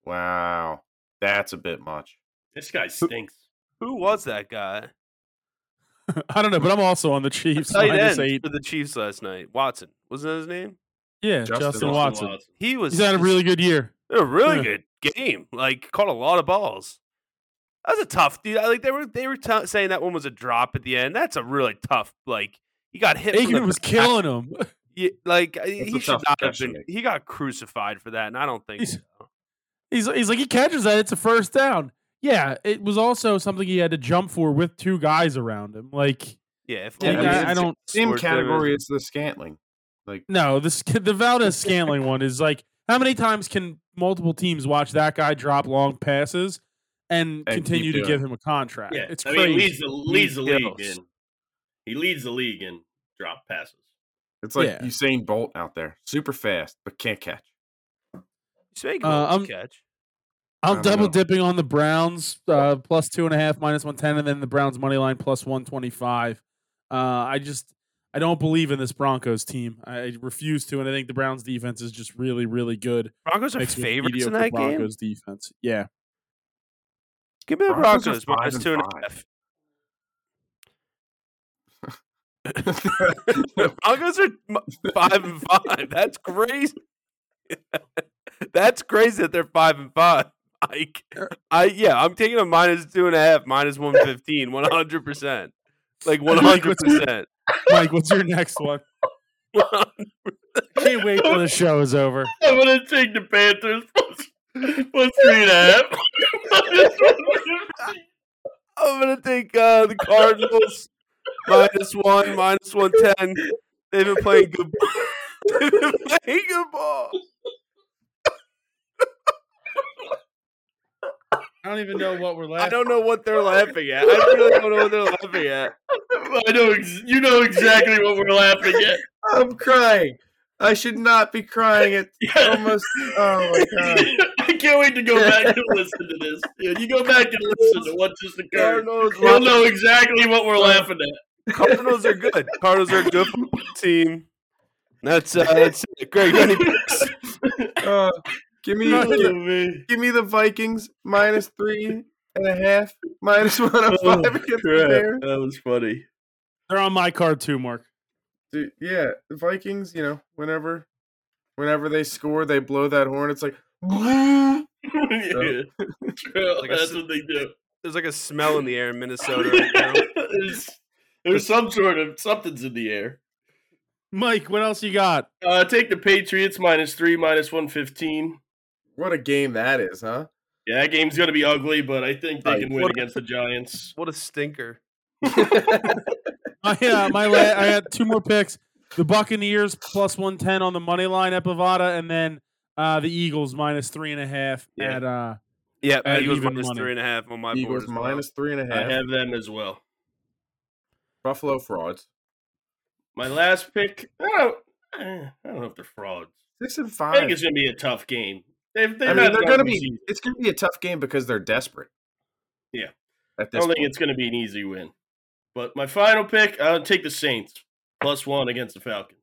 [SPEAKER 5] Wow, that's a bit much.
[SPEAKER 3] This guy stinks.
[SPEAKER 4] Who was that guy?
[SPEAKER 2] [laughs] I don't know, but I'm also on the Chiefs.
[SPEAKER 4] Tight
[SPEAKER 2] minus
[SPEAKER 4] end
[SPEAKER 2] eight.
[SPEAKER 4] for the Chiefs last night. Watson wasn't that his name?
[SPEAKER 2] Yeah, Justin,
[SPEAKER 5] Justin
[SPEAKER 2] Watson.
[SPEAKER 4] He was.
[SPEAKER 2] He's had a really good year.
[SPEAKER 4] a really
[SPEAKER 2] yeah.
[SPEAKER 4] good game. Like caught a lot of balls. That was a tough dude. I- Like they were they were t- saying that one was a drop at the end. That's a really tough. Like he got hit. from the
[SPEAKER 2] Aikman was
[SPEAKER 4] back.
[SPEAKER 2] killing him. [laughs]
[SPEAKER 4] Yeah, like I-
[SPEAKER 5] That's
[SPEAKER 4] he
[SPEAKER 5] a
[SPEAKER 4] should
[SPEAKER 5] tough
[SPEAKER 4] not have
[SPEAKER 5] catch to
[SPEAKER 4] been.
[SPEAKER 5] make.
[SPEAKER 4] He got crucified for that, and I don't think
[SPEAKER 2] He's-
[SPEAKER 4] so.
[SPEAKER 2] He's he's like he catches that it's a first down. Yeah, it was also something he had to jump for with two guys around him. Like,
[SPEAKER 4] Yeah, if
[SPEAKER 2] like,
[SPEAKER 5] Yeah,
[SPEAKER 4] only
[SPEAKER 5] I-
[SPEAKER 4] he
[SPEAKER 2] I, I
[SPEAKER 4] had
[SPEAKER 2] don't
[SPEAKER 5] Same
[SPEAKER 4] scored there,
[SPEAKER 5] category as the Scantling. Like
[SPEAKER 2] No, this [laughs] the Valdez Scantling one is like how many times can multiple teams watch that guy drop long passes and,
[SPEAKER 5] keep
[SPEAKER 2] continue to
[SPEAKER 5] doing
[SPEAKER 2] give him a contract?
[SPEAKER 3] Yeah,
[SPEAKER 2] it's
[SPEAKER 3] I
[SPEAKER 2] crazy.
[SPEAKER 3] Mean, he leads the leads the league
[SPEAKER 4] kills.
[SPEAKER 3] in. He leads the league in drop passes.
[SPEAKER 5] It's like
[SPEAKER 2] Yeah.
[SPEAKER 5] Usain Bolt out there, super fast but can't catch.
[SPEAKER 4] Speaking
[SPEAKER 2] Uh,
[SPEAKER 4] of
[SPEAKER 2] I'm-
[SPEAKER 4] catch,
[SPEAKER 2] I'm
[SPEAKER 5] I don't
[SPEAKER 2] double
[SPEAKER 5] know.
[SPEAKER 2] dipping on the Browns uh, plus two and a half, minus one ten, and then the Browns money line plus one twenty five. Uh, I just I don't believe in this Broncos team. I refuse to, and I think the Browns defense is just really, really good.
[SPEAKER 4] Broncos are
[SPEAKER 2] Mixed with
[SPEAKER 4] favorites in
[SPEAKER 2] mediocre
[SPEAKER 4] that game.
[SPEAKER 2] Broncos defense. Yeah,
[SPEAKER 4] Give me the
[SPEAKER 5] Broncos
[SPEAKER 4] Broncos,
[SPEAKER 5] are five
[SPEAKER 4] minus
[SPEAKER 5] and
[SPEAKER 4] two and a
[SPEAKER 5] five.
[SPEAKER 4] half.
[SPEAKER 5] [laughs]
[SPEAKER 4] Broncos are m- five and five. That's crazy. [laughs] That's crazy that they're five and five. Like,
[SPEAKER 5] Er
[SPEAKER 4] I yeah, I'm taking a minus two and a half, minus one fifteen, one hundred percent,
[SPEAKER 5] [laughs]
[SPEAKER 4] like one hundred percent.
[SPEAKER 2] Mike, what's your [laughs] next one? Can't wait [laughs] till the show is over.
[SPEAKER 3] I'm gonna take the Panthers plus plus three and a half. [laughs]
[SPEAKER 4] I'm gonna take uh, the
[SPEAKER 3] [laughs]
[SPEAKER 4] Cardinals minus one, minus one ten. They've been playing good. [laughs] They've been playing good ball.
[SPEAKER 2] I don't even know what we're
[SPEAKER 4] I
[SPEAKER 2] laughing.
[SPEAKER 4] don't know what they're laughing at. I really don't know what they're laughing at.
[SPEAKER 3] I know ex- you know exactly what we're laughing at.
[SPEAKER 5] I'm crying. I should not be crying. [laughs] It's
[SPEAKER 3] [laughs] Yeah.
[SPEAKER 5] almost. Oh my god.
[SPEAKER 3] [laughs] I can't wait to go back and listen to this. Yeah, you go back and listen to what just
[SPEAKER 5] [laughs]
[SPEAKER 3] occurred.
[SPEAKER 4] Cardinals,
[SPEAKER 3] You'll know exactly what we're laughing at.
[SPEAKER 4] Cardinals are good. Cardinals are a good football team. That's uh, that's it. Greg. Any
[SPEAKER 3] [laughs]
[SPEAKER 4] picks?
[SPEAKER 5] Uh, give [laughs] me,
[SPEAKER 3] Oh,
[SPEAKER 5] give,
[SPEAKER 3] man.
[SPEAKER 5] give me the Vikings minus three and a half, minus [laughs] one oh five
[SPEAKER 3] Oh,
[SPEAKER 5] against the
[SPEAKER 3] crap.
[SPEAKER 5] Bears.
[SPEAKER 3] That was funny.
[SPEAKER 2] They're on my card too, Mark.
[SPEAKER 5] Dude, yeah, the Vikings. You know, whenever, whenever they score, they blow that horn. It's like,
[SPEAKER 3] [laughs]
[SPEAKER 5] [laughs]
[SPEAKER 3] yeah. True.
[SPEAKER 4] Like I
[SPEAKER 3] That's
[SPEAKER 4] said-
[SPEAKER 3] what they do.
[SPEAKER 4] There's like a smell in the air in Minnesota. Right now.
[SPEAKER 2] [laughs]
[SPEAKER 3] [laughs] There's- There's some sort of something's in the air.
[SPEAKER 2] Mike, what else you got?
[SPEAKER 3] Uh, take the Patriots minus three, minus one fifteen.
[SPEAKER 5] what a game that is, huh?
[SPEAKER 3] Yeah, that game's gonna be ugly, but I think they
[SPEAKER 5] Right.
[SPEAKER 3] can win
[SPEAKER 4] What-
[SPEAKER 3] against the Giants.
[SPEAKER 4] What a stinker!
[SPEAKER 2] My uh, my la- I got two more picks. The Buccaneers plus one ten on the money line at Bovada, and then uh, the Eagles minus three and a half
[SPEAKER 3] Yeah.
[SPEAKER 2] at uh,
[SPEAKER 4] Yeah,
[SPEAKER 2] Uh,
[SPEAKER 4] Eagles
[SPEAKER 2] even
[SPEAKER 4] minus
[SPEAKER 2] money.
[SPEAKER 4] three and a half on my board.
[SPEAKER 5] Eagles
[SPEAKER 4] as well.
[SPEAKER 5] minus three and a
[SPEAKER 3] I
[SPEAKER 5] half.
[SPEAKER 3] have them as well.
[SPEAKER 5] Buffalo frauds.
[SPEAKER 3] My last pick. I don't. eh, I don't know if they're frauds.
[SPEAKER 5] Six and
[SPEAKER 3] I
[SPEAKER 5] five.
[SPEAKER 3] think it's gonna be a tough game. They've, they've
[SPEAKER 5] I mean,
[SPEAKER 3] had
[SPEAKER 5] they're
[SPEAKER 3] an
[SPEAKER 5] gonna
[SPEAKER 3] ugly
[SPEAKER 5] be.
[SPEAKER 3] season.
[SPEAKER 5] It's gonna be a tough game because they're desperate.
[SPEAKER 3] Yeah. I
[SPEAKER 5] At this
[SPEAKER 3] don't think
[SPEAKER 5] point.
[SPEAKER 3] it's gonna be an easy win. But my final pick, I'll take the Saints plus one against the Falcons,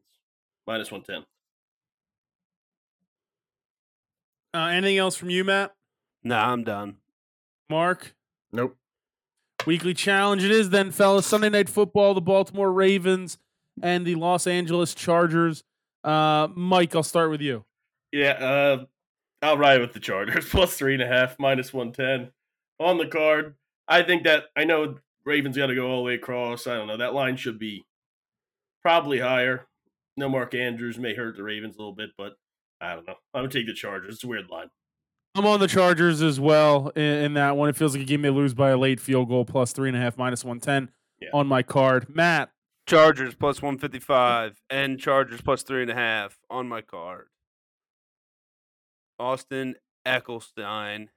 [SPEAKER 3] minus one ten.
[SPEAKER 2] Uh, anything else from you, Matt?
[SPEAKER 4] Nah, I'm done.
[SPEAKER 2] Mark?
[SPEAKER 5] nope.
[SPEAKER 2] Weekly challenge it is then, fellas. Sunday night football, the Baltimore Ravens and the Los Angeles Chargers. Uh, Mike, I'll start with you.
[SPEAKER 3] Yeah, uh, I'll ride with the Chargers plus three and a half, minus one ten on the card. I think that I know Ravens got to go all the way across. I don't know that line should be probably higher. No Mark Andrews may hurt the Ravens a little bit, but I don't know. I'm gonna take the Chargers. It's a weird line.
[SPEAKER 2] I'm on the Chargers as well in, in that one. It feels like a game they lose by a late field goal, plus three and a half, minus 110
[SPEAKER 3] Yeah.
[SPEAKER 2] on my card. Matt,
[SPEAKER 4] Chargers plus one fifty five and Chargers plus three and a half on my card. Austin Eckelstein.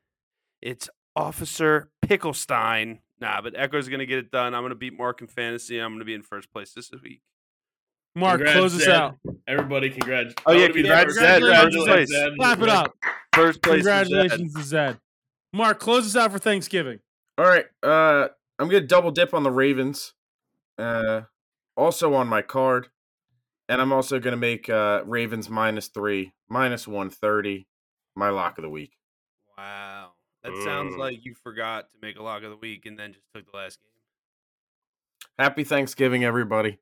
[SPEAKER 4] It's Officer Picklestein. Nah, but Echo's gonna get it done. I'm gonna beat Mark in fantasy. I'm gonna be in first place this week.
[SPEAKER 2] Mark,
[SPEAKER 3] Congrats,
[SPEAKER 2] close us
[SPEAKER 3] Dad.
[SPEAKER 2] out.
[SPEAKER 3] Everybody, congrats!
[SPEAKER 4] Oh, yeah,
[SPEAKER 3] I wanna be the
[SPEAKER 4] congrats,
[SPEAKER 3] first-
[SPEAKER 2] Dad.
[SPEAKER 4] Congratulations.
[SPEAKER 3] Dad.
[SPEAKER 2] Clap it up.
[SPEAKER 4] First place. is Zed.
[SPEAKER 2] Congratulations to Zed. Mark, close us out for Thanksgiving.
[SPEAKER 5] All right. Uh, I'm gonna double dip on the Ravens. Uh, also on my card, and I'm also gonna make uh Ravens minus three, minus one thirty, my lock of the week.
[SPEAKER 4] Wow. That sounds
[SPEAKER 3] Mm.
[SPEAKER 4] like you forgot to make a lock of the week and then just took the last game.
[SPEAKER 5] Happy Thanksgiving, everybody.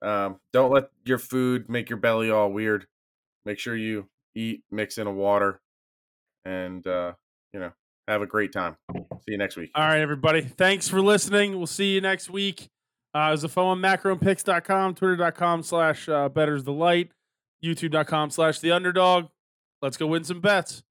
[SPEAKER 5] Um, don't let your food make your belly all weird. Make sure you eat, mix in a water, and uh, you know, have a great time. See you next week.
[SPEAKER 2] All right, everybody. Thanks for listening. We'll see you next week. Uh, it was a phone on macroandpicks.com, twitter.com slash uh, betters the light, youtube.com slash the underdog. Let's go win some bets.